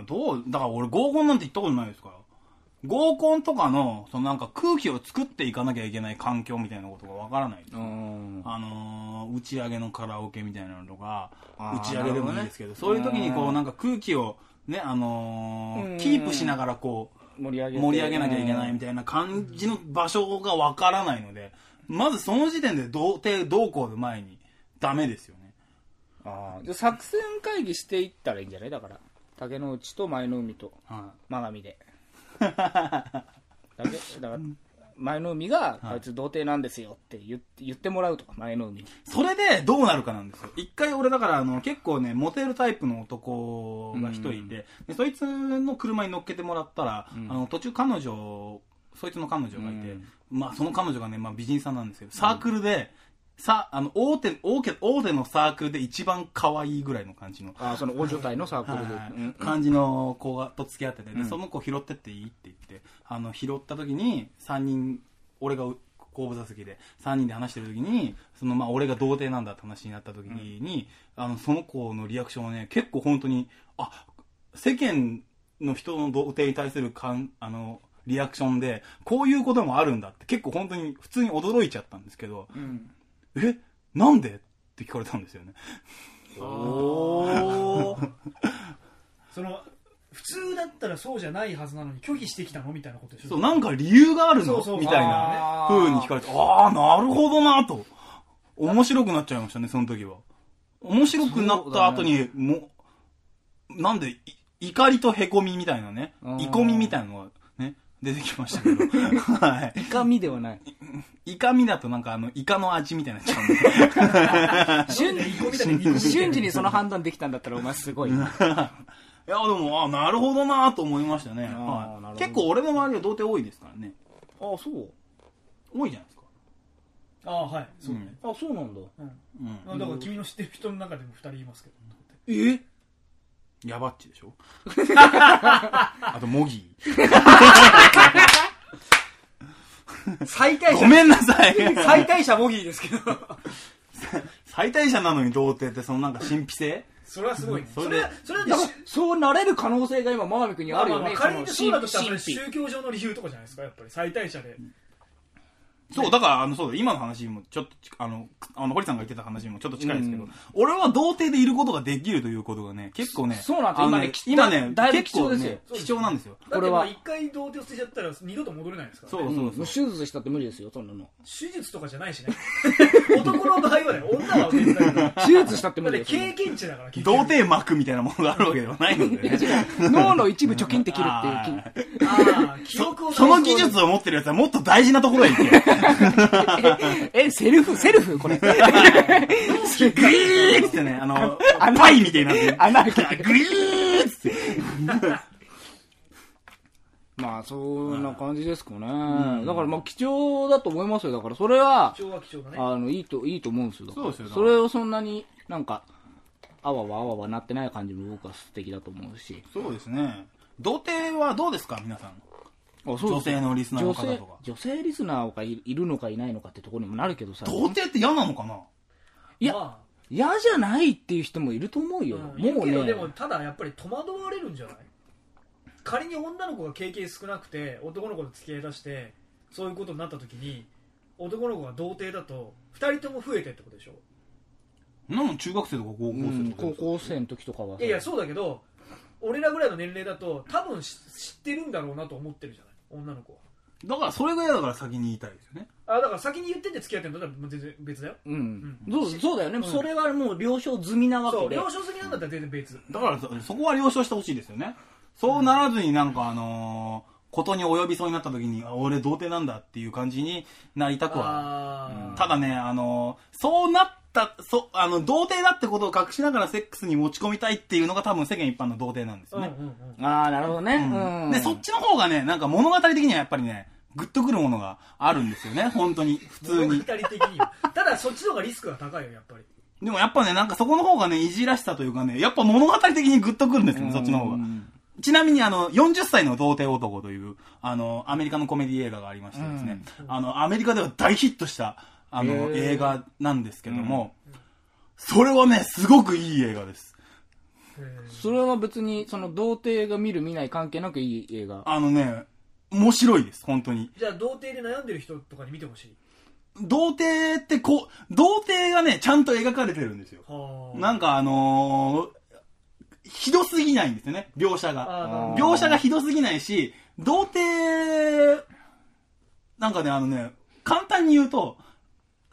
S4: あ、どう、だから俺合コンなんて行ったことないですから。合コンとかの、そのなんか空気を作っていかなきゃいけない環境みたいなことがわからない。
S3: うん。
S4: あのー打ち上げのカラオケみたいなのとか
S3: あー
S4: 打ち上げでもいいですけど
S3: なるほ
S4: そう
S3: ど
S4: い
S3: ね
S4: う時にこうなんか空気をね、あのー
S3: うん
S4: キープしながらこ
S3: 盛り上
S4: う
S3: げて
S4: 盛り上げなきゃいけないみたいな感じの場所がわからないのでまずその時点で童貞同行の前にダメですよね
S3: ああ、じゃあ作戦会議していったらいいんじゃないだから。竹野内と前の海と
S4: は
S3: 真上 で。だけだから、前の海が、あいつ童貞なんですよって言って言ってもらうとか、前の海に。
S4: いそれでどうなるかなんですよ一回俺だからあの結構ねモテるタイプの男が一人いて、でそいつの車に乗っけてもらったら、あの途中彼女そいつの彼女がいて、
S3: うん
S4: まあ、その彼女がね、まあ、美人さんなんですよ。サークルで、さ、あの、大手、大手、大手のサークルで一番可愛いぐらいの感じの、
S3: ああ、その大所帯のサークルで。
S4: はい
S3: うん
S4: 感じの子がと付き合ってて、で
S3: うん
S4: その子拾ってっていいって言って、あの、拾った時に、3人、俺が後部座席で、3人で話してる時に、その、まあ、俺が童貞なんだって話になった時に、あの、その子のリアクションはね、結構本当に、あ、世間の人の童貞に対する感、あの、リアクションで、こういうこともあるんだって結構本当に普通に驚いちゃったんですけど、
S3: うん。
S4: えなんでって聞かれたんですよね。
S1: おおその普通だったらそうじゃないはずなのに拒否してきたのみたいなことでしょ
S4: そう、なんか理由がある
S1: そ
S4: の
S1: うそう
S4: みたいな
S3: あー
S4: 風に聞かれて、ああ、なるほどなと。面白くなっちゃいましたね、その時は。面白くなった後に、もう、なんで、い怒りと凹みみたいなね
S3: あ、ー
S4: いこみみたいなのがね、出てきま したけど、は
S3: イカミではない。
S4: い。イカみだとなんかあの、イカの味みたいになっち ゃうんで、
S3: 瞬
S1: いやいい子みたいな肉みたいな
S3: 瞬時にその判断できたんだったら、お前すごい。
S4: いや、でも、あーなるほどなと思いましたね。
S3: あーなる
S4: は
S3: ほ
S4: い、
S3: ど
S4: 結構俺の周りは童貞多いですからね。
S3: ああ、そう。
S4: 多いじゃないですか。
S1: ああはいそうね、
S3: あそうなんだ。
S1: うん
S4: うん。
S1: まあだから君の知ってる人の中でも2人いますけど
S4: えやばっちで しょあと、モギー。
S1: 最大
S4: ご めんなさい
S1: 最大者ボギーですけど
S4: 最大者なのに童貞って、そのなんか神秘性
S1: それはすごいね
S4: そ
S1: そ
S4: れ
S1: れ
S4: で
S1: はそれは
S3: だから、そうなれる可能性が今、真上君にあるよ
S1: ま
S3: ね。
S1: ま仮にそうだとしたらそ
S3: 神
S1: れ
S3: 秘神
S1: 宗
S3: 秘
S1: 教上の理由とかじゃないですかやっぱり最大者で、
S4: そう、だから、あの、そうだ、今の話にも、ちょっとち、あの、あの、堀さんが言ってた話にもちょっと近いですけど、俺は童貞でいることができるということがね、結構ね、
S3: そうなんです
S4: あの
S3: 今ね
S4: 今ね、
S3: だだいぶ
S4: 結構
S3: 貴重
S4: ね
S3: で、
S4: 貴重なんですよ。
S1: だっ
S3: こ
S1: て
S3: れ
S1: ま
S3: は
S1: あ一回童貞を捨てちゃったら二度と戻れないですから、
S4: そう
S3: うん
S4: そ
S3: も
S4: う
S3: う
S4: そう。
S3: 手術したって無理ですよ、そんな の。
S1: 手術とかじゃないしね 男の場合はね女は絶対だから
S3: 手術したって無
S1: だっ
S3: 理
S1: て
S3: ですよ。
S1: 経験値だから結
S4: 童
S1: 局
S4: 貞膜みたいなものがあるわけではないので、 ね、
S3: 脳の一部貯金できるっていう
S4: あー
S1: ああ記憶を
S4: その技術を持ってるやつはもっと大事なところへ行け。
S3: え、セルフセルフこれ。
S4: グリーってね、あの、パイみたいになってる。
S3: 穴開け
S4: グリーっつって。
S3: まあ、そんな感じですかね。だから、まあ、貴重だと思いますよ。だから、それは、
S1: 貴重は貴重だね
S3: あの、いいと、いいと思うんですよ。だから
S4: そうですよだか
S3: そ
S4: ら
S3: れをそんなになんか、あわわあわわなってない感じも僕は素敵だと思うし。
S4: そうですね。童貞はどうですか皆さん。
S3: あ、そう
S4: 女性のリスナーの
S3: 女
S4: 方
S3: 性
S4: とか、。
S3: 女性リスナーがいいるのかいないのかってところにもなるけどさ。
S4: 童貞って嫌なのかない
S3: や
S1: ま
S3: 嫌じゃないっていう人もいると思う
S1: あ
S3: よ。
S1: うんいる
S3: もう
S1: けど
S3: ね
S1: で。もただやっぱり戸惑われるんじゃない仮に女の子が経験少なくて男の子と付き合いだしてそういうことになった時に男の子が童貞だと2人とも増えてってことでしょ
S4: そんなもん中学生とか高校
S3: う
S4: 生
S3: ん
S4: とか、
S3: 高校生の時とかはさ。
S1: いやいやそうだけど俺らぐらいの年齢だと多分し知ってるんだろうなと思ってるじゃない女の子は
S4: だからそれが嫌だから先に言いたいですよね。
S1: あだから先に言ってて付き合ってるんだったら全然別だよ
S3: うん。そうそうだよね。それはもう了承済みなわ
S1: そ
S3: け
S1: う
S3: で。
S1: 了承済みなんだったら全然別
S4: だからそそこは了承してほしいですよね。そうならずになんかあのーことに及びそうになった時に、あ、俺童貞なんだっていう感じになりたくは。
S2: あ
S4: ただね、あの、そうなった、そ、あの、童貞だってことを隠しながらセックスに持ち込みたいっていうのが多分世間一般の童貞なんです
S2: ー
S4: よ
S2: うん
S4: ね。
S2: うんうん
S3: ああ、なるほどね。うん。
S4: で、そっちの方がね、なんか物語的にはやっぱりね、グッとくるものがあるんですよね、本当に、普通
S2: 物語
S4: に。
S2: 的によただそっちの方がリスクが高いよやっぱり
S4: でもやっぱね、なんかそこの方がね、いじらしさというかね、やっぱ物語的にグッとくるんですよね、そっちの方が。ちなみにあの、40歳の童貞男という、あの、アメリカのコメディ映画がありましてですね、あの、アメリカでは大ヒットした、あ
S3: へ
S4: の、
S3: ー
S4: 映画なんですけども、それはね、すごくいい映画です。
S3: それは別に、その、童貞が見る見ない関係なくいい映画。
S4: あのね、面白いです、本当に。
S2: じゃあ童貞で悩んでる人とかに見てほしい
S4: 童貞ってこう、童貞がね、ちゃんと描かれてるんですよ。
S2: はあ
S4: なんかあのーひどすぎないんですよね、描写が。
S2: あ
S4: 描写がひどすぎないし、童貞、なんかね、あのね、簡単に言うと、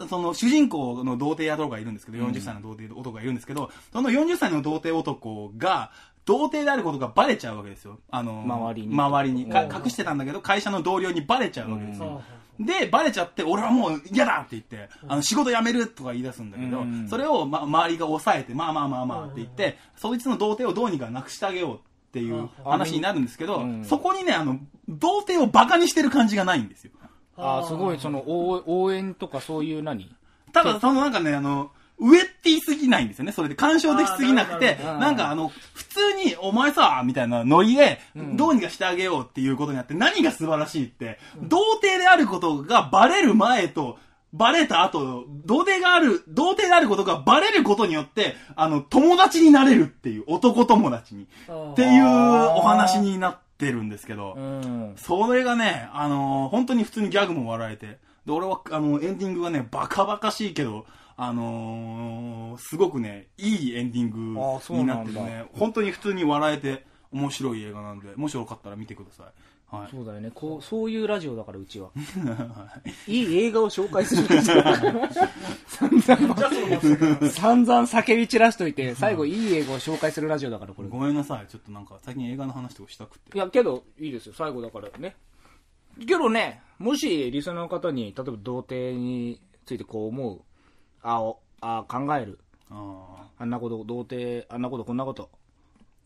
S4: その主人公の童貞男がいるんですけど、40歳の童貞男がいるんですけど、その40歳の童貞男が、童貞であることがバレちゃうわけですよ。あのー、
S3: 周りに
S4: 周りに。か
S3: うん
S4: 隠してたんだけど、会社の同僚にバレちゃうわけです
S2: なる
S4: よ
S2: ほ。
S4: で、バレちゃって、俺はもう嫌だって言って、あの、仕事辞めるとか言い出すんだけど、
S3: うん
S4: それを、ま、周りが抑えて、まあまあまあまあって言って、そいつの童貞をどうにかなくしてあげようっていう話になるんですけど、
S3: うん
S4: そこにね、あの、童貞をバカにしてる感じがないんですよ。
S2: ど
S3: ああ、すごい、そ
S2: の
S3: の、応応援とかそういう何
S4: ただ、そのなんかね、あの、上って言いすぎないんですよね。それで干渉できすぎなく
S2: あ
S4: て、
S2: ー
S3: なるほど
S4: なんかあの、普通にお前さ、みたいなノリで、どうにかしてあげようっていうことになって、何が素晴らしいって、童貞であることがバレる前と、バレた後、童貞がある、童貞であることがバレることによって、あの、友達になれるっていう、男友達に。っていうお話になってるんですけど。
S3: うん。
S4: それがね、あのー本当に普通にギャグも笑えて。で、俺は、あの、エンディングがね、バカバカしいけど、あのーすごくね、いいエンディン
S3: あー
S4: グ
S3: そう
S4: に
S3: な
S4: なっ
S3: ん
S4: て
S3: だ
S4: るね。本当に普通に笑えて、面白い映画なんで、もしよかったら見てください。はい。
S3: そうだよね。こう、そういうラジオだから、うちは。
S4: はい
S3: いい映画を紹介す るラジオだから。 散々、
S2: じゃあその松坂
S3: 散々叫び散らしといて、最後いい映画を紹介するラジオだから、これ。
S4: ごめんなさい。ちょっとなんか、最近映画の話とかしたくて。
S3: いや、けど、いいですよ、最後だからね。けどね、もし、リスナーの方に、例えば、童貞についてこう思う、あお、あ考える、
S4: あ
S3: あんなこと、童貞、あんなこと、こんなこと、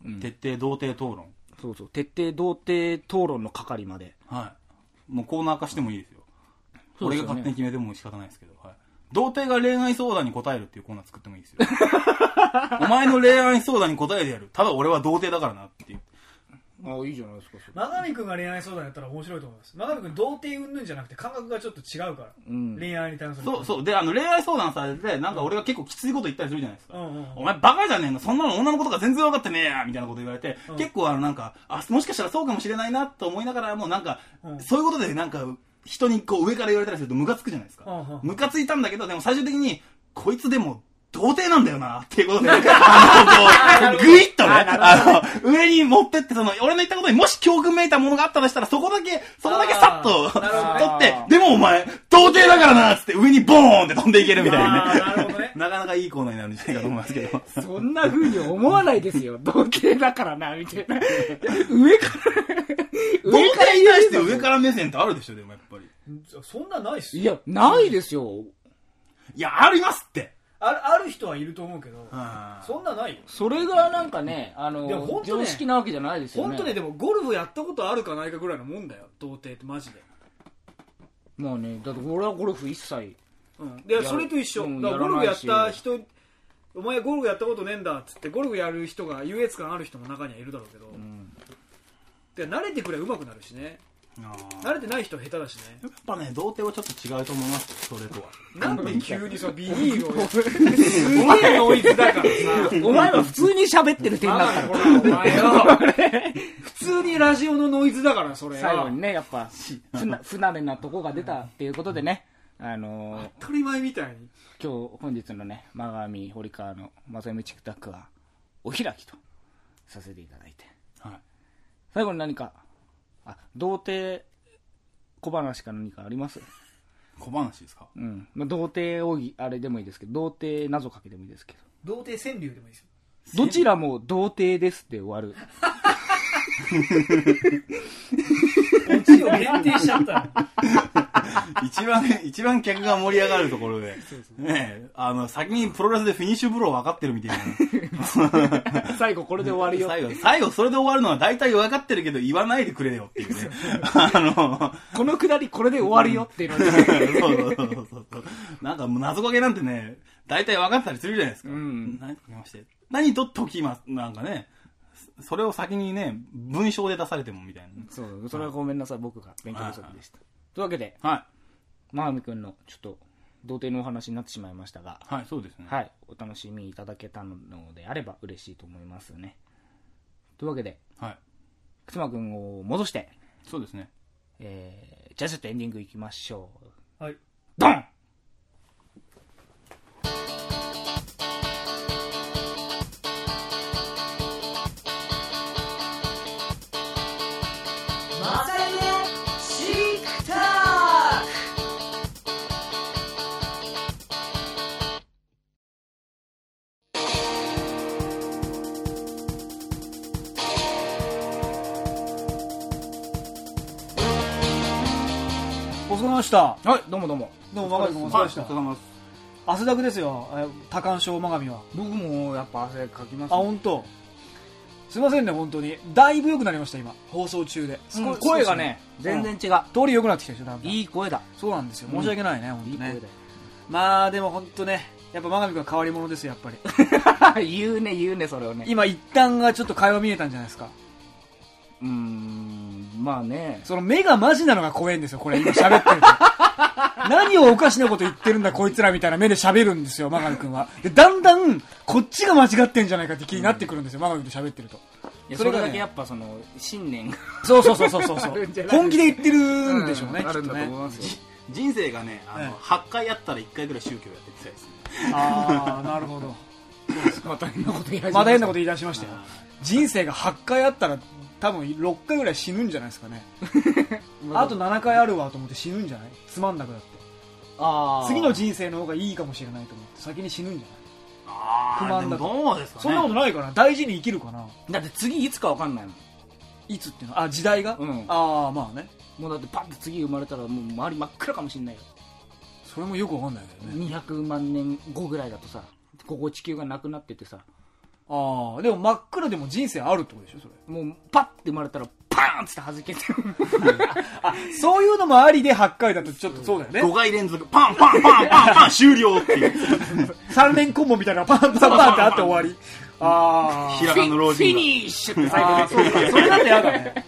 S4: ー徹底童貞討論。
S3: そうそう、徹底童貞討論の係まで。
S4: はい。もうコーナー化してもいいですよ。
S3: そう
S4: 俺
S3: です
S4: が
S3: よね
S4: 勝手に決めても仕方ないですけど、はい。童貞が恋愛相談に答えるっていうコーナー作ってもいいです よ。お前の恋愛相談に答えてやる。ただ俺は童貞だからなっていう。
S3: あいいじゃないですか、それ。
S2: 真鍋君が恋愛相談やったら面白いと思います真鍋君童貞云々じゃなくて感覚がちょっと違うから、
S3: ん
S2: 恋愛に対する
S4: そう
S2: う
S4: そう。で、あの恋愛相談されて、なんか俺が結構きついこと言ったりするじゃないですか。
S2: うんうん
S4: お前バカじゃねえのそんなの女のことが全然分かってねえやみたいなこと言われて、
S2: ん
S4: 結構あのなんか、あ、もしかしたらそうかもしれないなと思いながらもなんか、
S2: うん
S4: そういうことでなんか、人にこう上から言われたりするとムカつくじゃないですか。
S2: うんうん
S4: ムカついたんだけど、でも最終的に、こいつでも、童貞なんだよな、っていうこと で、あの、こう、ぐいっとね、あの、上に持ってって、その、俺の言ったことにもし教訓めいたものがあったとしたら、そこだけ、そこだけさっと、
S2: あーなるほどね
S4: 取って、でもお前、童貞だからな、つって上にボーンって飛んでいけるみたいな
S2: あ
S4: ね
S2: ー。なるほどね
S4: なかなかいいコーナーになるんじゃないかと思いますけど。
S3: そんな風に思わないですよ、童貞だからな、みたいな。上から、
S4: 童
S3: 上から
S4: 貞
S3: 言
S4: に
S3: う
S4: 対して上から目線ってあるでしょ、でもやっぱり。
S2: そんなないっす
S3: い
S2: よ
S3: や、ないですよ。
S4: いや、ありますって。
S2: あるある人はいると思うけど
S4: あー
S2: そんなないよ
S3: それがなんかね、あの、
S2: いやほんとね
S3: 常識なわけじゃないですよね。
S2: 本当ねでもゴルフやったことあるかないかぐらいのもんだよ童貞ってマジで、
S3: まあね、だって俺はゴルフ一切。
S2: うん、で
S3: る
S2: それと一緒、
S3: うん
S2: だからゴルフやっ
S3: やらな
S2: た
S3: いし
S2: 人お前ゴルフやったことねえんだっつってゴルフやる人が優越感ある人も中にはいるだろうけど、で慣れてくれば上手くなるしね慣れてない人は下手だしね
S4: やっぱね、童貞はちょっと違うと思います、それとは。
S2: なんで急にそのビニールを すげえノイズだからさ
S3: お前は普通に喋ってる点だった
S2: ほらお前よ 普通にラジオのノイズだからそれ
S3: 最後
S2: は
S3: にね、やっぱ、不な不慣れなとこが出たっていうことでね、あのー
S2: 当たり前みたいに
S3: 今日、本日のね、真上、堀川の正夢チクタクは、お開きとさせていただいて。
S4: はい。
S3: 最後に何か、あ、童貞小話か何かあります
S4: 小話ですか
S3: うん。まあ、童貞をあれでもいいですけど、童貞謎かけでもいいですけど。
S2: 童貞川柳でもいいですよ
S3: どちらも童貞ですで終わる。
S2: 期を限定しちゃったの
S4: 一番、一番客が盛り上がるところで。ねえあの、先にプロレスでフィニッシュブロー分かってるみたいな。
S3: 最後これで終わりよ。
S4: 最後、最後それで終わるのは大体分かってるけど言わないでくれよっていうね。 あ
S3: このくだりこれで終わるよっていうの
S4: の、
S3: ね。
S4: そうそうそうそうそう。なんかもう謎かけなんてね、大体分かったりするじゃないですか。
S3: うん
S4: 何かけまして。何と解きます、なんかね。それを先にね、文章で出されてもみたい
S3: そう、それはごめんなさい、僕が勉強不足でした。というわけで、
S4: な。はい。
S3: まはみくんのちょっと、童貞のお話になってしまいましたが、
S4: はい、そうですね。
S3: はい、お楽しみいただけたのであれば嬉しいと思いますね。というわけで、
S4: はい。
S3: くつまくんを戻して、
S4: そうですね。
S3: えー、じゃあちょっとエンディングいきましょう。
S2: はい
S3: ドン
S5: まさゆねチークタック
S1: お疲れ様でした。
S3: はい、どうもどうも。
S1: どうも、まがみさんお疲れ様でした。
S4: 様です。
S1: 汗だくですよ、え多感症まがみは。
S3: 僕もやっぱ汗かきま
S1: あ、
S3: す、ね。
S1: 本当。すいませんね、本当に。だいぶ良くなりました、今。放送中で。
S3: うん
S1: 少し
S3: 声がね、全。
S1: 少し
S3: 然違う。
S1: 通り良くなってきたでしょ、だんだん
S3: いい声だ。
S1: そうなんですよ。申し訳ないね、本当
S3: いい声だ
S1: ね
S3: よ。。
S1: まあ、でも本当ね、やっぱまがみくんは変わり者ですよ、やっ ぱり。
S3: 言うね、言うね、それをね。
S1: 今、一旦がちょっと会話見えたんじゃないですか。
S3: うーん、まあね。
S1: その目がマジなのが怖いんですよ、これ、今喋 ってると。何をおかしなこと言ってるんだ、こいつらみたいな目で喋るんですよ、マガミ君は。で、だんだん、こっちが間違ってんじゃないかって気になってくるんですよ、マガミ君と喋ってると。
S3: いや
S1: そ
S3: そ
S1: れ
S3: れ
S1: がね
S3: だけやっぱその、信念が。
S1: そうそうそうそうそうそ
S3: ある
S1: うん
S3: じゃ。ない
S1: 本気で言ってるんでしょうね、
S3: う
S1: き
S3: あ
S1: っと
S3: るんだと思い
S1: ね。
S3: ますよ。
S4: 人生がね、あ
S1: ええ
S4: の、8回やったら1回ぐらい宗教やってきたいですね。
S1: ああ、なるほど。
S3: また変なこと言い始め
S1: また変な
S3: こ
S1: こと言い出しましたよ。人生が8回あったら、多分6回ぐらい死ぬんじゃないですかね。あと7回あるわと思って死ぬんじゃないつまんなくなって。
S3: と。ああ。
S1: 次の人生の方がいいかもしれないと思って、先に死ぬんじゃない
S4: あ
S1: 不
S4: あ、で
S1: 満だ
S4: も
S1: と
S4: どうですかね。
S1: そんなことないかな大事に生きるかな
S3: だって次いつかわかんないもん。
S1: いつっていうのあ、時代が、
S3: うん
S1: ああ、まあね。
S3: もうだってパッて次生まれたらもう周り真っ暗かもしんないよ。
S1: それもよくわかんないけどね。
S3: 200万年後ぐらいだとさ、ここ地球がなくなっててさ、
S1: ああ、でも真っ暗でも人生あるってことでしょ、それ。
S3: もうパッて生まれたらパーンって弾けて。
S1: あ、そういうのもありで8回だとちょっとそうだよ
S4: 5
S1: ね。
S4: 回連続、パンパンパンパンパン終了っていう。
S1: 3連コンボみたいなのがパンパンパンってあって終わり。あ
S4: ひらがなの老
S3: フィ
S4: 人
S3: ニ
S4: が。
S3: ッシュっ
S1: あ、
S3: て最後
S1: ああそうか。それだとやだ ね。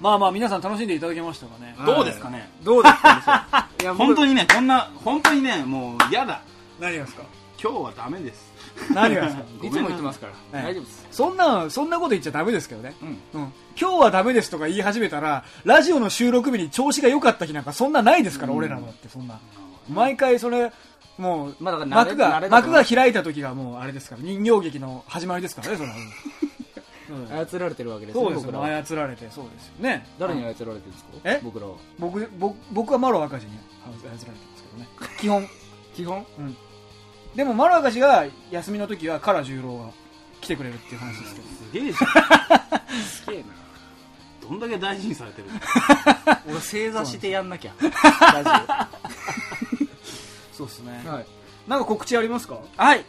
S1: まあまあ、皆さん楽しんでいただけましたかね。
S4: どうですかね
S3: どうです かね、それいや
S4: 本当
S3: に。
S4: にね、こんな、本当にね、もう嫌だ。
S1: 何がですか
S4: 今日はダメです。
S1: 何がですか
S3: いつも言ってますから、
S1: ええ
S3: 大丈夫です。
S1: そんな、そんなこと言っちゃダメですけどね。
S3: うん。
S1: うん今日はダメですとか言い始めたら、ラジオの収録日に調子が良かった日なんかそんなないですから、俺らのだってそんな。毎回それ、もう、
S3: まあだから慣れ
S1: 幕が
S3: 慣れ、だと
S1: 幕
S3: 思う
S1: が開いた時がもうあれですから、人形劇の始まりですからね、それは。うん
S3: 操られてるわけですね
S1: そうです
S3: 僕
S1: よ、
S3: らは
S1: 操られて、そうですよね。
S3: 誰に操られてるんですか
S1: え
S3: 僕らは。
S1: 僕、僕僕はマロ赤字に操られてますけどね。基本。
S3: 基本
S1: うんでも、マロ赤字が休みの時は、カラ十郎が来てくれるっていう話ですけど。
S4: すげえじゃ
S3: すげえな。
S4: ん。どんだけ大事にされてるの
S3: 俺正座してやんなき ゃ。
S1: そうですね
S3: はい。
S1: なんか告知ありますか
S3: はい。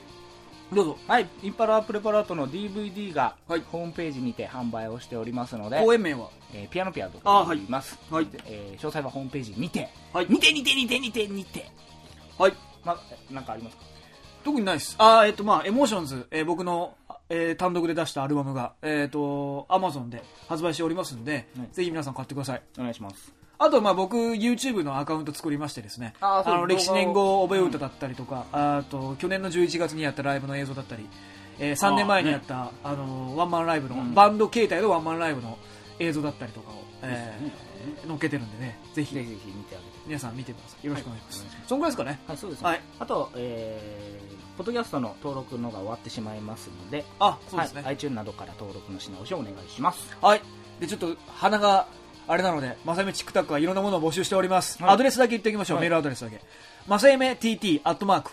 S1: どうぞ。
S3: はい。インパラプレパラートの DVD が、
S1: はい
S3: ホームページにて販売をしておりますので、
S1: 公演名は
S3: えーピアノピアと
S1: あー
S3: ございます。
S1: はい
S3: でえー詳細はホームページにて、
S1: はい
S3: にてにてにてにてにて。
S1: はい。
S3: ま、えなんかありますか
S1: 特にないです。あーえっ、と、まあエモーションズ、えー僕の、えー単独で出したアルバムが、えっ、と、アマゾンで発売しておりますんで、
S3: はい
S1: ぜひ皆さん買ってください。
S3: お願いします。
S1: あと、まあ僕、YouTube のアカウント作りましてですね、
S3: あーそ
S1: の、
S3: う動画を
S1: 歴史年号覚え歌だったりとか、あと、去年の11月にやったライブの映像だったり、え3年前にやった、あの、ワンマンライブの、バンド形態のワンマンライブの映像だったりとかを、えー載っけてるんでね、ぜ
S3: ぜひ
S1: ひ、
S3: ぜひ見てあげて。
S1: 皆さん見てください。よろしくお願いします。
S3: はいお願いし
S1: そんぐらいですかね。
S3: はい、そうですね。
S1: はい。
S3: あと、えー、ポッドキャストの登録のが終わってしまいますので、
S1: あ、そうですね。
S3: はい、iTune などから登録のし直しをお願いします。
S1: はい。で、ちょっと鼻があれなので、まさゆめチックタックはいろんなものを募集しております。
S3: はい
S1: アドレスだけ言っておきましょう、
S3: はい
S1: メールアドレスだけ。まさゆめ TT アットマーク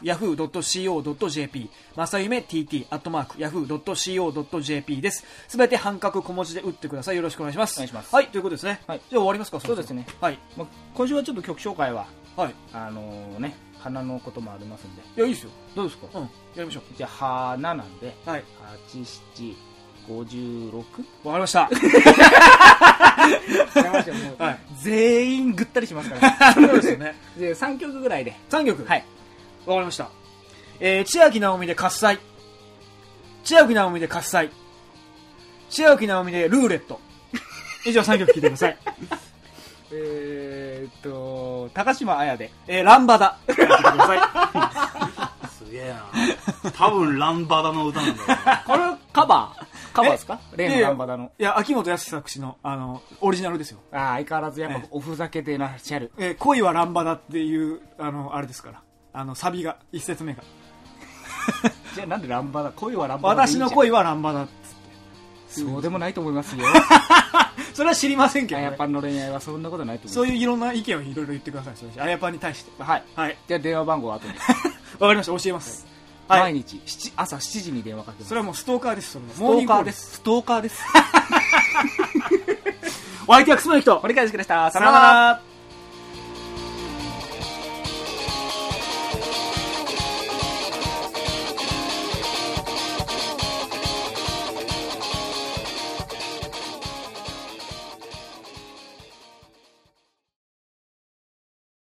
S1: Yahoo.co.jp まさゆめ TT アットマーク Yahoo.co.jp です。すべて半角小文字で打ってください。よろしくお願いします。
S3: お願いします
S1: はい、ということですね。
S3: はい
S1: じゃあ終わりますか、ろろ
S3: そうですね
S1: はい。
S3: まあ、今週はちょっと曲紹介は
S1: はい。
S3: あのね花のこともありますんで
S1: いや、いいですよ。
S3: どうですか、
S1: うん。やりましょ
S3: じゃあ花なんで
S1: う。はい。
S3: 8756
S1: わかりま した。はい
S3: 全員ぐったりしますから
S1: そうですよね。
S3: で3曲ぐらいで
S1: 3曲。
S3: はい
S1: わかりました。えー、千秋直美で喝采。千秋直美で喝采。千秋直美でルーレッ ト。以上3曲聴いてください。
S3: えー、っと高島彩で
S1: えー、ランバダ。聴いてください。
S4: すげえな。多分ランバダの歌なんだよな。
S3: これカバーカバーですか
S1: い
S3: 例
S1: やい
S3: の
S1: や
S3: ランバダの
S1: いや、秋元康作詞の、あの、オリジナルですよ。
S3: ああ相変わらずやっ
S1: え
S3: ぱ
S1: え
S3: おふざけてなしゃる
S1: えー、恋はランバダっていう、あの、あれですから。あの、サビが、一節目が。
S3: じゃあなんでランバダ恋はランバダでいい
S1: 私
S3: じゃん
S1: の恋はランバダっつって。
S3: そうでもないと思い ますよ
S1: それは知りませんけど、ね。
S3: やっぱの恋愛はそんなことないと思い
S1: そ
S3: ま
S1: ういういろんな意見をいろいろ言ってください。それあやぱに対して。
S3: すはい
S1: はい。
S3: じゃあ電話番号は後で
S1: わかりました。教えます。はい。
S3: 毎日7朝7時に電話かけます
S1: それはもうストーカーです。それは
S3: ストーカーで。す。ストーカーです。
S1: モーニングコールお相手は楠本人。
S3: 折り返してくれました。
S1: さよなら。